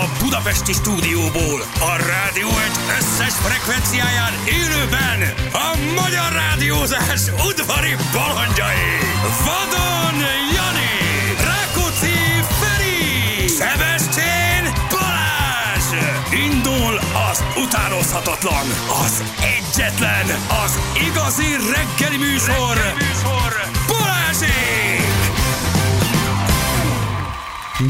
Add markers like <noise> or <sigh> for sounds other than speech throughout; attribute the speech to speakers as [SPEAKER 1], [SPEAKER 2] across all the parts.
[SPEAKER 1] A Budapesti stúdióból a Rádió egy összes frekvenciáján élőben a magyar rádiózás udvari balandjai. Vadon Jani, Rákóczi Feri, Szebestén Balázs. Indul az utánozhatatlan, az egyetlen, az igazi reggeli műsor, reggeli műsor. Balázsék!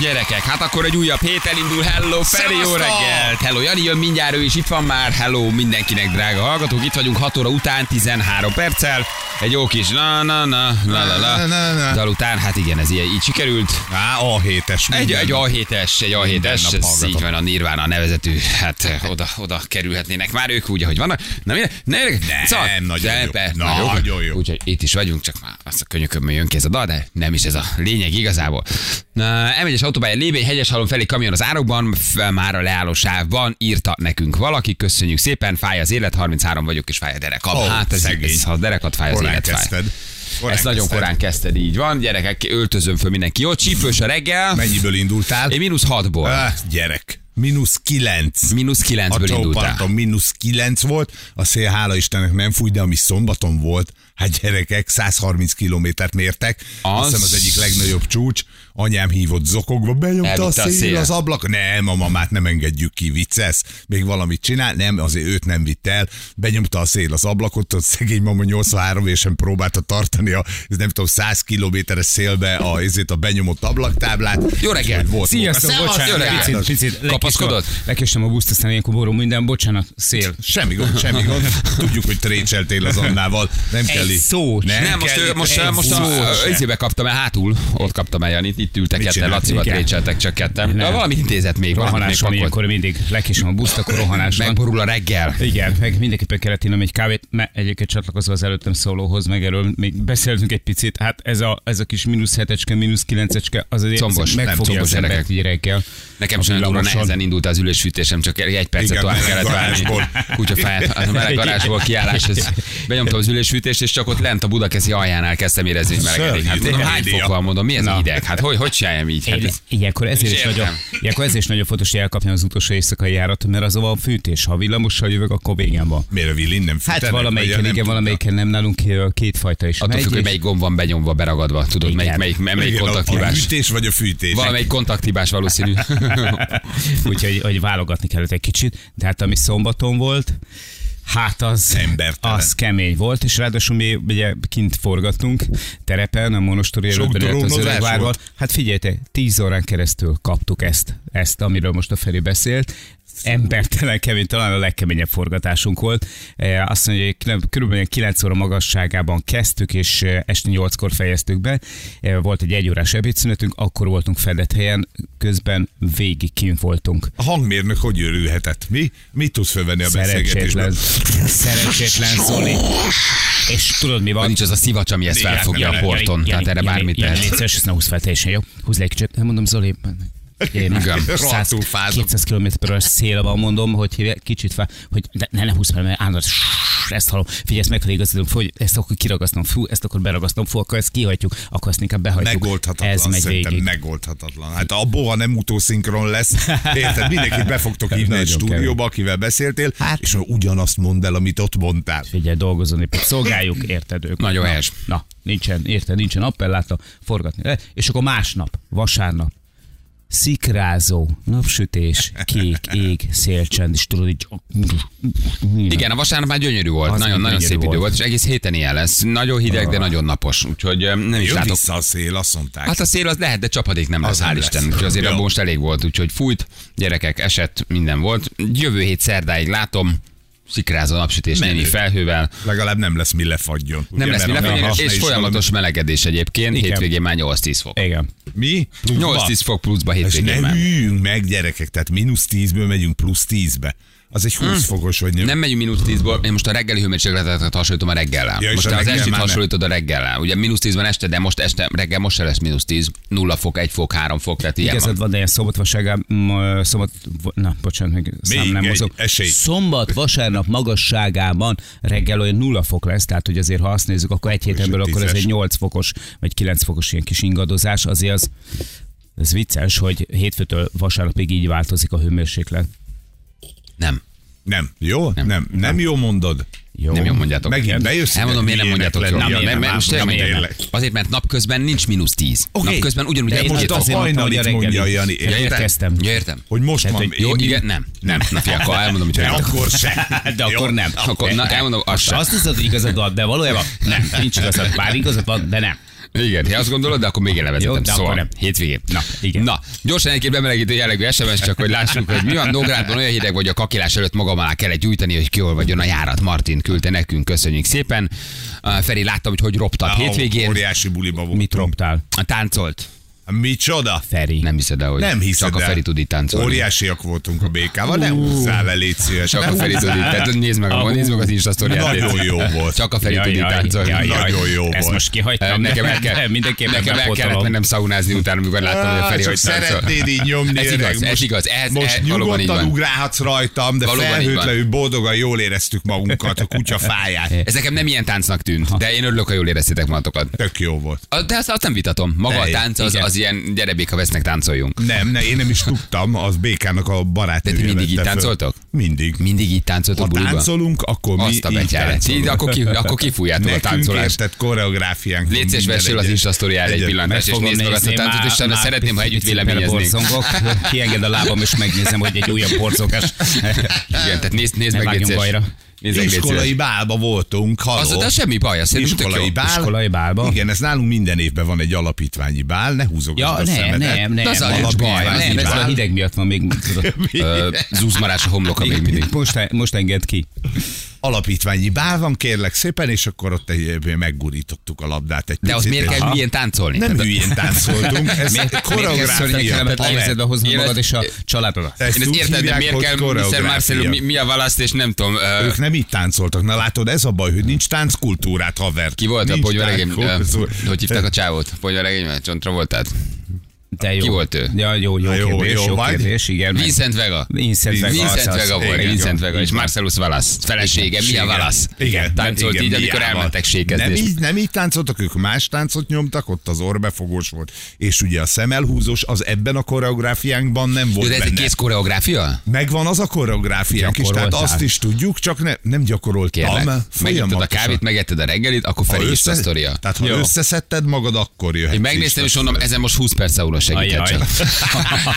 [SPEAKER 2] Gyerekek, hát akkor egy újabb hét elindul. Hello, Feri, jó
[SPEAKER 3] Szevasztok!
[SPEAKER 2] reggelt! Hello, Jani jön mindjárt, ő is itt van már. Hello mindenkinek, drága hallgatók. Itt vagyunk 6 óra után, 13 perccel. Egy jó kis na na na la la la.
[SPEAKER 3] Na, na, na.
[SPEAKER 2] Dal után, hát igen, ez ilyen, így sikerült.
[SPEAKER 3] Á, A7-es.
[SPEAKER 2] Egy,
[SPEAKER 3] minden.
[SPEAKER 2] egy A7-es, egy A7-es,
[SPEAKER 3] nap
[SPEAKER 2] ez
[SPEAKER 3] hallgatom.
[SPEAKER 2] így van a Nirvana nevezetű, hát eh, oda, oda kerülhetnének már ők úgy, ahogy vannak. Na, mire, ne, szóval,
[SPEAKER 3] Nem, nagyon jó.
[SPEAKER 2] nagyon,
[SPEAKER 3] Nagyon jó.
[SPEAKER 2] Úgyhogy itt is vagyunk, csak már azt a könyökömön jön ki ez a dal, de nem is ez a lényeg igazából. Na, M1-es autópálya Lébény hegyeshalom felé kamion az árokban, f- már a leálló sávban írta nekünk valaki, köszönjük szépen, fáj az élet, 33 vagyok és fáj a derekam.
[SPEAKER 3] Ó,
[SPEAKER 2] hát ez,
[SPEAKER 3] szegény.
[SPEAKER 2] ez, ha a derekat fáj, az
[SPEAKER 3] Korán
[SPEAKER 2] élet fáj.
[SPEAKER 3] kezdted. Korán
[SPEAKER 2] Ezt nagyon
[SPEAKER 3] kezdted.
[SPEAKER 2] korán kezdted, így van. Gyerekek, öltözöm föl mindenki. Jó, csípős a reggel.
[SPEAKER 3] Mennyiből indultál?
[SPEAKER 2] Én mínusz 6-ból.
[SPEAKER 3] Ah, gyerek. Mínusz kilenc.
[SPEAKER 2] Mínusz
[SPEAKER 3] A
[SPEAKER 2] 9-ből indultál.
[SPEAKER 3] csóparton mínusz kilenc volt, a szél hála Istennek nem fúj, de ami szombaton volt, hát gyerekek, 130 kilométert mértek.
[SPEAKER 2] Az-
[SPEAKER 3] Azt hiszem az egyik legnagyobb csúcs. Anyám hívott zokogva, benyomta a
[SPEAKER 2] Elvitte a
[SPEAKER 3] szél,
[SPEAKER 2] szél.
[SPEAKER 3] az ablak. Nem, a mamát nem engedjük ki, vicces. Még valamit csinál, nem, azért őt nem vitt el. Benyomta a szél az ablakot, ott szegény mama 83 évesen próbálta tartani a, ez nem tudom, 100 kilométeres szélbe a, ezért a benyomott ablaktáblát.
[SPEAKER 2] Jó reggel!
[SPEAKER 3] Volt.
[SPEAKER 4] Sziasztok,
[SPEAKER 3] Szevasztok,
[SPEAKER 4] bocsánat,
[SPEAKER 3] jó reggelt!
[SPEAKER 4] picit, picit lekéstem-
[SPEAKER 2] Kapaszkodott?
[SPEAKER 4] Lekéstem a buszt, aztán ilyenkor borul minden, bocsánat, szél.
[SPEAKER 3] Semmi gond, semmi gond. Tudjuk, hogy trécseltél az Annával. Nem kell
[SPEAKER 4] Egy
[SPEAKER 3] itt-
[SPEAKER 4] szó.
[SPEAKER 3] Nem,
[SPEAKER 2] Nem, most,
[SPEAKER 3] kell
[SPEAKER 2] ő-
[SPEAKER 3] itt
[SPEAKER 2] most,
[SPEAKER 3] egy
[SPEAKER 2] most, most izé-
[SPEAKER 3] szó
[SPEAKER 2] a
[SPEAKER 3] se.
[SPEAKER 2] izébe kaptam el, hátul, ott kaptam el Janit, itt ültek
[SPEAKER 3] Mit
[SPEAKER 2] ketten,
[SPEAKER 3] csinált?
[SPEAKER 2] Lacival
[SPEAKER 4] Igen.
[SPEAKER 2] trécseltek csak ketten.
[SPEAKER 4] Nem.
[SPEAKER 2] Na, Valamit intézett még, valamit még
[SPEAKER 4] Rohanás van
[SPEAKER 2] pakolt.
[SPEAKER 4] ilyenkor mindig. Lekésem a buszt, akkor rohanás van.
[SPEAKER 2] Megborul a reggel.
[SPEAKER 4] Igen, meg mindenképpen kellett innom egy kávét, mert egyébként csatlakozva az előttem szólóhoz, meg erről még beszéltünk egy picit, hát ez a, ez a kis mínusz hetecske, mínusz kilencecske, az azért
[SPEAKER 2] Combos, nem,
[SPEAKER 4] megfogja
[SPEAKER 2] combos
[SPEAKER 4] az embert
[SPEAKER 2] gyerekek.
[SPEAKER 4] így reggel.
[SPEAKER 2] Nekem
[SPEAKER 4] A
[SPEAKER 2] sem nagyon
[SPEAKER 4] villamoson.
[SPEAKER 2] nehezen indult az ülésfűtésem, csak egy percet
[SPEAKER 3] Igen,
[SPEAKER 2] tovább
[SPEAKER 3] meleg
[SPEAKER 2] kellett várni.
[SPEAKER 3] garázsból.
[SPEAKER 2] Kutyafáját, a meleg garázsból kiálláshoz. Benyomtam az ülésfűtést, és csak ott lent a Budakeszi aljánál kezdtem érezni, hogy melegedik. Hát
[SPEAKER 3] Szörnyű,
[SPEAKER 2] mondom, hány
[SPEAKER 3] India.
[SPEAKER 2] fokkal mondom, mi ez a
[SPEAKER 4] Na.
[SPEAKER 2] hideg? Hát hogy, hogy csináljam így? Hát
[SPEAKER 4] Egy,
[SPEAKER 2] ez-
[SPEAKER 4] ilyenkor, ezért
[SPEAKER 2] És
[SPEAKER 4] is
[SPEAKER 2] értem.
[SPEAKER 4] nagyon, ilyenkor ezért is nagyon fontos, hogy elkapjam az utolsó éjszakai járat, mert az a fűtés, ha villamossal jövök, akkor végem van.
[SPEAKER 3] Miért a Willin nem
[SPEAKER 4] Hát
[SPEAKER 3] fűtenek?
[SPEAKER 4] valamelyiken,
[SPEAKER 3] Vagy
[SPEAKER 4] igen,
[SPEAKER 3] nem
[SPEAKER 4] valamelyiken nem, nálunk ö, kétfajta is.
[SPEAKER 2] Attól
[SPEAKER 4] Megy
[SPEAKER 2] függ, hogy
[SPEAKER 4] és-
[SPEAKER 2] melyik gomb van benyomva, beragadva. Tudod, melyik,
[SPEAKER 4] Igen.
[SPEAKER 2] melyik,
[SPEAKER 3] tudta.
[SPEAKER 2] melyik
[SPEAKER 3] Igen, a- A
[SPEAKER 2] kontakthibás.
[SPEAKER 3] fűtés vagy a fűtés.
[SPEAKER 2] Valamelyik kontakthibás valószínű.
[SPEAKER 4] <laughs> Úgyhogy hogy válogatni kellett egy kicsit. Tehát ami szombaton volt, hát az,
[SPEAKER 3] Embertelen.
[SPEAKER 4] az kemény volt, és ráadásul mi ugye kint forgattunk terepen, a Monostori
[SPEAKER 3] Sok
[SPEAKER 4] előtt előtt az
[SPEAKER 3] drónozás
[SPEAKER 4] öregvárban.
[SPEAKER 3] volt.
[SPEAKER 4] Hát figyeljetek, 10 órán keresztül kaptuk ezt, ezt, amiről most a Feri beszélt. Embertelen kemény, talán a legkeményebb forgatásunk volt. Eh, Azt mondja, hogy kb- körülbelül 9 óra magasságában kezdtük, és eh, este 8-kor fejeztük be. Eh, Volt egy egyórás ebédszünetünk, akkor voltunk fedett helyen, közben végig kint voltunk.
[SPEAKER 3] A hangmérnök hogy őrülhetett? Mi? Mit tudsz fölvenni a
[SPEAKER 4] Szerencsétlen,
[SPEAKER 3] beszélgetésből?
[SPEAKER 4] szerencsétlen Zoli. És tudod mi
[SPEAKER 2] Van
[SPEAKER 4] van?
[SPEAKER 2] <laughs> nincs az a szivacs, ami ezt
[SPEAKER 3] Néhány
[SPEAKER 2] felfogja a
[SPEAKER 3] jelen-
[SPEAKER 2] porton. Tehát erre bármit
[SPEAKER 4] lehet.
[SPEAKER 2] lehet.
[SPEAKER 4] Légy szíves, ezt ne húzd fel teljesen, jó? Húzd le egy kicsit. Nem mondom, Zoli, én
[SPEAKER 2] Igen,
[SPEAKER 3] rohadtul fázom.
[SPEAKER 4] 200 km per szél van, mondom, hogy hívják, kicsit fel, hogy de, ne, ne húzd fel, mert állandóan ezt hallom. Figyelj, ezt meg kell igazítom, fú, hogy ezt akkor kiragasztom, fú, ezt akkor beragasztom, fú, akkor ezt kihagyjuk, akkor ezt inkább behagyjuk.
[SPEAKER 3] Megoldhatatlan,
[SPEAKER 4] Ez megy
[SPEAKER 3] szerintem
[SPEAKER 4] végig.
[SPEAKER 3] megoldhatatlan. Hát abból, ha nem utószinkron lesz, érted, mindenkit be fogtok hívni egy
[SPEAKER 4] Nagyon
[SPEAKER 3] stúdióba,
[SPEAKER 4] kemény.
[SPEAKER 3] akivel beszéltél, és ugyanazt mondd el, amit ott mondtál.
[SPEAKER 4] Figyelj, dolgozni,
[SPEAKER 2] <clears throat>
[SPEAKER 4] szolgáljuk, érted ők.
[SPEAKER 2] Nagyon helyes.
[SPEAKER 4] Na, nincsen, érted, nincsen appelláta, forgatni. lehet. És akkor másnap, vasárnap, szikrázó, napsütés, kék, ég, szélcsend, és tudod, így...
[SPEAKER 2] Igen, a vasárnap már gyönyörű volt.
[SPEAKER 4] Az
[SPEAKER 2] Nagyon,
[SPEAKER 4] még
[SPEAKER 2] nagyon
[SPEAKER 4] gyönyörű
[SPEAKER 2] szép
[SPEAKER 4] volt.
[SPEAKER 2] idő volt, és egész héten ilyen lesz. Nagyon hideg, de nagyon napos. Úgyhogy em, nem is
[SPEAKER 3] Jön
[SPEAKER 2] látok.
[SPEAKER 3] vissza a szél, azt mondták.
[SPEAKER 2] Hát a szél az lehet, de csapadék nem
[SPEAKER 3] Az
[SPEAKER 2] lesz,
[SPEAKER 3] nem
[SPEAKER 2] hál'
[SPEAKER 3] lesz.
[SPEAKER 2] Isten. Úgyhogy azért
[SPEAKER 3] Jó.
[SPEAKER 2] abból most elég volt, úgyhogy fújt, gyerekek, esett, minden volt. Jövő hét szerdáig látom, szikrázó napsütés
[SPEAKER 3] Menő.
[SPEAKER 2] némi felhővel.
[SPEAKER 3] Legalább nem lesz mi lefagyjon.
[SPEAKER 2] Nem lesz mi lefelé, és folyamatos melegedés egyébként.
[SPEAKER 4] Igen.
[SPEAKER 2] Hétvégén már 8-10 fok.
[SPEAKER 4] Igen.
[SPEAKER 3] Mi?
[SPEAKER 2] 8-10 fok pluszba
[SPEAKER 3] És
[SPEAKER 2] hétvégén
[SPEAKER 3] ne
[SPEAKER 2] már.
[SPEAKER 3] hűljünk meg, gyerekek, tehát mínusz 10-ből megyünk plusz 10-be. Az egy 20 fokos, vagy nem?
[SPEAKER 2] Hm. Nem megyünk mínusz 10-ból, én most a reggeli hőmérsékletet hasonlítom a reggellel.
[SPEAKER 3] Ja, és
[SPEAKER 2] most
[SPEAKER 3] a
[SPEAKER 2] te az
[SPEAKER 3] reggel
[SPEAKER 2] estét
[SPEAKER 3] már ne.
[SPEAKER 2] hasonlítod a reggellel. Ugye mínusz 10 van este, de most este, reggel most se lesz mínusz 10. 0 fok, 1 fok, 3 fok, tehát ilyen
[SPEAKER 4] Igazad
[SPEAKER 2] van.
[SPEAKER 4] van, de ilyen szombat, vasárnap, m- szombat, na, bocsánat, meg szám
[SPEAKER 3] Még
[SPEAKER 4] nem
[SPEAKER 3] egy
[SPEAKER 4] mozog.
[SPEAKER 3] esély.
[SPEAKER 4] Szombat, vasárnap magasságában reggel olyan nulla fok lesz, tehát hogy azért, ha azt nézzük, akkor egy héten
[SPEAKER 3] És
[SPEAKER 4] belül,
[SPEAKER 3] egy
[SPEAKER 4] akkor ez
[SPEAKER 3] tízes.
[SPEAKER 4] egy 8 fokos, vagy 9 fokos ilyen kis ingadozás, azért az Ez vicces, hogy hétfőtől vasárnapig így változik a hőmérséklet.
[SPEAKER 2] Nem.
[SPEAKER 3] Nem. Jó? Nem. Nem, nem jó mondod.
[SPEAKER 4] Jó.
[SPEAKER 2] Nem jól mondjátok.
[SPEAKER 3] Megint bejössz?
[SPEAKER 2] Elmondom, miért nem mondjátok jól.
[SPEAKER 3] Nem,
[SPEAKER 2] Nem, nem, nem, most
[SPEAKER 3] nem,
[SPEAKER 2] tényleg
[SPEAKER 3] nem,
[SPEAKER 2] miért nem. Azért, mert napközben nincs mínusz 10.
[SPEAKER 3] Oké.
[SPEAKER 2] Napközben ugyanúgy
[SPEAKER 3] De
[SPEAKER 2] egy
[SPEAKER 3] most
[SPEAKER 2] most
[SPEAKER 3] az
[SPEAKER 2] az...
[SPEAKER 4] azért mondtam,
[SPEAKER 3] hajnalit
[SPEAKER 4] hogy a reggeli.
[SPEAKER 3] mondja, Jani,
[SPEAKER 4] Ja,
[SPEAKER 2] Hát,
[SPEAKER 3] érted?
[SPEAKER 4] érkeztem.
[SPEAKER 2] Ja, értem.
[SPEAKER 3] Hogy most
[SPEAKER 4] Tehát,
[SPEAKER 3] van.
[SPEAKER 4] hogy
[SPEAKER 2] hát, Jó,
[SPEAKER 3] én-
[SPEAKER 2] igen, nem. Nem. Na fi, akkor elmondom, hogy
[SPEAKER 3] De
[SPEAKER 2] hogy-
[SPEAKER 3] akkor
[SPEAKER 2] <laughs>
[SPEAKER 3] se.
[SPEAKER 4] De
[SPEAKER 3] Jó?
[SPEAKER 4] akkor nem.
[SPEAKER 2] Akkor, na, elmondom, az sem.
[SPEAKER 4] Azt hiszed, hogy igazad van, de valójában nem, nincs igazad. Bár igazad van, de nem.
[SPEAKER 2] Igen, ha azt gondolod, de akkor még
[SPEAKER 4] Jó,
[SPEAKER 2] elevezetem.
[SPEAKER 4] de
[SPEAKER 2] Szóval
[SPEAKER 4] akkor nem.
[SPEAKER 2] hétvégén.
[SPEAKER 4] Na, igen.
[SPEAKER 2] Na, gyorsan egy-két bemelegítő jellegű SMS, csak hogy lássuk, hogy mi van. Nógrádban olyan hideg, vagy a kakilás előtt magam alá kellett gyújtani, hogy kiolvadjon a járat. Martin küldte nekünk, köszönjük szépen. Ah, Feri, láttam, hogy hogy roptak hétvégén.
[SPEAKER 3] Óriási buliba volt.
[SPEAKER 4] Mit roptál?
[SPEAKER 2] Táncolt.
[SPEAKER 3] Micsoda?
[SPEAKER 4] Feri.
[SPEAKER 2] Nem hiszed el, hogy
[SPEAKER 3] Nem hiszed
[SPEAKER 2] csak a
[SPEAKER 3] el.
[SPEAKER 2] Feri tud így táncolni.
[SPEAKER 3] Óriásiak voltunk a békával, nem húzzál le, légy szíves.
[SPEAKER 2] Csak a
[SPEAKER 3] Nem
[SPEAKER 2] Feri tud
[SPEAKER 3] húzzál.
[SPEAKER 2] így. Tehát nézd meg, a, nézd meg az Insta sztoriát.
[SPEAKER 3] Nagyon jó volt.
[SPEAKER 2] Csak a Feri tud így táncolni.
[SPEAKER 3] jaj, jaj. Nagyon jó
[SPEAKER 4] Ezt
[SPEAKER 3] volt.
[SPEAKER 4] most
[SPEAKER 2] Eh,
[SPEAKER 4] kihagytam.
[SPEAKER 2] Nekem el,
[SPEAKER 4] <laughs>
[SPEAKER 2] kell,
[SPEAKER 4] Nem, Mindenképpen
[SPEAKER 2] nekem el kellett
[SPEAKER 4] bepotolom.
[SPEAKER 2] mennem szaunázni utána, amikor láttam, hogy a
[SPEAKER 3] Á,
[SPEAKER 2] Feri
[SPEAKER 3] csak
[SPEAKER 2] hogy táncol.
[SPEAKER 3] szeretnéd így nyomni,
[SPEAKER 2] Ez
[SPEAKER 3] öreg.
[SPEAKER 2] igaz, ez
[SPEAKER 3] Most-
[SPEAKER 2] igaz. Ez,
[SPEAKER 3] Most
[SPEAKER 2] ez valóban így
[SPEAKER 3] nyugodtan
[SPEAKER 2] van.
[SPEAKER 3] ugrálhatsz rajtam, de
[SPEAKER 2] Valóban így van.
[SPEAKER 3] felhőtlenül boldogan jól éreztük magunkat, a kutya
[SPEAKER 2] <laughs>
[SPEAKER 3] fáját.
[SPEAKER 2] Ez nekem nem ilyen táncnak tűnt, de én örülök, ha jól éreztétek magatokat.
[SPEAKER 3] Tök jó volt.
[SPEAKER 2] A- De azt, azt nem vitatom. Maga a
[SPEAKER 3] Ne,
[SPEAKER 2] tánc az,
[SPEAKER 3] igen.
[SPEAKER 2] az ilyen gyere béka vesznek, táncoljunk.
[SPEAKER 3] Nem, ne, én nem is tudtam, az békának a
[SPEAKER 2] De
[SPEAKER 3] barátnője.
[SPEAKER 2] ti mindig
[SPEAKER 3] vette
[SPEAKER 2] így
[SPEAKER 3] föl.
[SPEAKER 2] táncoltok?
[SPEAKER 3] Mindig.
[SPEAKER 2] Mindig így táncoltok
[SPEAKER 3] Ha
[SPEAKER 2] buliban?
[SPEAKER 3] táncolunk, akkor mi
[SPEAKER 2] Azt a
[SPEAKER 3] így
[SPEAKER 2] betyáret. Így,
[SPEAKER 3] táncolunk.
[SPEAKER 2] akkor, ki, akkor kifújjátok a
[SPEAKER 3] Nekünk
[SPEAKER 2] táncolást.
[SPEAKER 3] értett koreográfiánk. van
[SPEAKER 2] Légy szíves,
[SPEAKER 3] minden
[SPEAKER 2] vessél az
[SPEAKER 3] egyes.
[SPEAKER 2] Insta sztoriára egy
[SPEAKER 3] Egyet-
[SPEAKER 2] pillantást, és
[SPEAKER 4] Fogom
[SPEAKER 2] nézd meg azt a
[SPEAKER 4] nézni,
[SPEAKER 2] táncot, és
[SPEAKER 4] már-
[SPEAKER 2] utána
[SPEAKER 4] már
[SPEAKER 2] szeretném, ha
[SPEAKER 4] pici-
[SPEAKER 2] együtt
[SPEAKER 4] pici
[SPEAKER 2] véleményeznénk. <laughs>
[SPEAKER 4] beleborzongok. Kienged a lábam, és megnézem, hogy egy újabb borzongás.
[SPEAKER 2] <laughs> Igen, tehát nézd, nézd
[SPEAKER 4] Ne
[SPEAKER 2] meg, légy
[SPEAKER 4] vágjunk
[SPEAKER 2] szíves.
[SPEAKER 4] bajra.
[SPEAKER 2] Nézd meg, légy szíves.
[SPEAKER 3] Iskolai bálba voltunk, haló.
[SPEAKER 2] Az, de az semmi baj, az szerintem tök jó.
[SPEAKER 3] Iskolai bál.
[SPEAKER 4] Iskolai bálba?
[SPEAKER 3] Igen, ez nálunk minden évben van egy alapítványi bál, ne húzogasd
[SPEAKER 4] Ja,
[SPEAKER 3] a
[SPEAKER 4] nem,
[SPEAKER 3] szemedet.
[SPEAKER 4] nem, nem.
[SPEAKER 2] az a
[SPEAKER 4] Valami
[SPEAKER 2] nincs baj,
[SPEAKER 4] van,
[SPEAKER 2] az
[SPEAKER 4] Nem,
[SPEAKER 2] nincs
[SPEAKER 4] ez
[SPEAKER 2] baj.
[SPEAKER 4] a hideg miatt van még. <laughs> tudod.
[SPEAKER 2] Ö, Zúzmarás a homloka még mindig.
[SPEAKER 4] Most, e- most enged ki.
[SPEAKER 3] Alapítványi bál van, kérlek szépen, és akkor ott egy, meggurítottuk a labdát egy
[SPEAKER 2] De az
[SPEAKER 3] picit,
[SPEAKER 2] miért
[SPEAKER 3] és-
[SPEAKER 2] kell hülyén táncolni?
[SPEAKER 3] Nem
[SPEAKER 2] Tehát-
[SPEAKER 3] hülyén táncoltunk, ez
[SPEAKER 4] Miért kell
[SPEAKER 3] koreográfia.
[SPEAKER 4] kellemetlen helyzetbe hoznod
[SPEAKER 2] Én
[SPEAKER 4] magad és
[SPEAKER 2] ezt-
[SPEAKER 4] a családodat?
[SPEAKER 3] Ezt
[SPEAKER 2] Én ezt
[SPEAKER 3] úgy
[SPEAKER 2] értem, de
[SPEAKER 3] hívják,
[SPEAKER 2] miért
[SPEAKER 3] hogy
[SPEAKER 2] kell Mr. Marcelo,
[SPEAKER 3] koreográfia.
[SPEAKER 2] mi, mi a választ, és nem tudom. ö,
[SPEAKER 3] Ők nem így táncoltak. Na látod, ez a baj, hogy nincs tánckultúrát, haver.
[SPEAKER 2] Ki volt
[SPEAKER 3] nincs
[SPEAKER 2] a ponyvaregény?
[SPEAKER 3] tánckultúra.
[SPEAKER 2] Hogy hívták a csávót? Ponyvaregény, mert John Travoltát.
[SPEAKER 4] De jó.
[SPEAKER 2] Ki volt ő?
[SPEAKER 4] Ja, jó, jó,
[SPEAKER 3] Na jó,
[SPEAKER 4] kérdés,
[SPEAKER 3] jó
[SPEAKER 4] jó,
[SPEAKER 3] vagy.
[SPEAKER 4] kérdés, igen. meg-
[SPEAKER 2] Vincent Vega.
[SPEAKER 4] Vincent Vega.
[SPEAKER 2] Vincent
[SPEAKER 4] az, az,
[SPEAKER 2] Vega volt,
[SPEAKER 4] igen.
[SPEAKER 2] Vincent Vega,
[SPEAKER 4] Így
[SPEAKER 2] és
[SPEAKER 4] van.
[SPEAKER 2] Marcellus Valasz, felesége, Mia Valasz.
[SPEAKER 3] Igen.
[SPEAKER 2] Táncolt
[SPEAKER 3] igen,
[SPEAKER 2] így, amikor
[SPEAKER 3] Miával.
[SPEAKER 2] elmentek
[SPEAKER 3] nem
[SPEAKER 2] sékezni.
[SPEAKER 3] így, nem így táncoltak, ők más táncot nyomtak, ott az orbefogós volt. És ugye a szemelhúzós az ebben a koreográfiánkban nem
[SPEAKER 2] Jó,
[SPEAKER 3] volt
[SPEAKER 2] de ez egy
[SPEAKER 3] benne.
[SPEAKER 2] kész koreográfia?
[SPEAKER 3] Megvan az a koreográfiánk is, tehát
[SPEAKER 4] Gyakoroltál.
[SPEAKER 3] azt is tudjuk, csak ne, nem
[SPEAKER 2] Kérlek.
[SPEAKER 3] gyakoroltam.
[SPEAKER 2] Megittad a
[SPEAKER 3] Folyamatosan.
[SPEAKER 2] kávét, megetted a reggelit, akkor
[SPEAKER 3] Ha
[SPEAKER 2] felé is a
[SPEAKER 3] össze-
[SPEAKER 2] sztoria.
[SPEAKER 3] Tehát ha
[SPEAKER 4] Jó.
[SPEAKER 3] összeszedted magad, akkor jöhet.
[SPEAKER 2] Én megnéztem, és mondom, ezen most 20 perc szauna segített
[SPEAKER 4] Ajaj.
[SPEAKER 2] csak.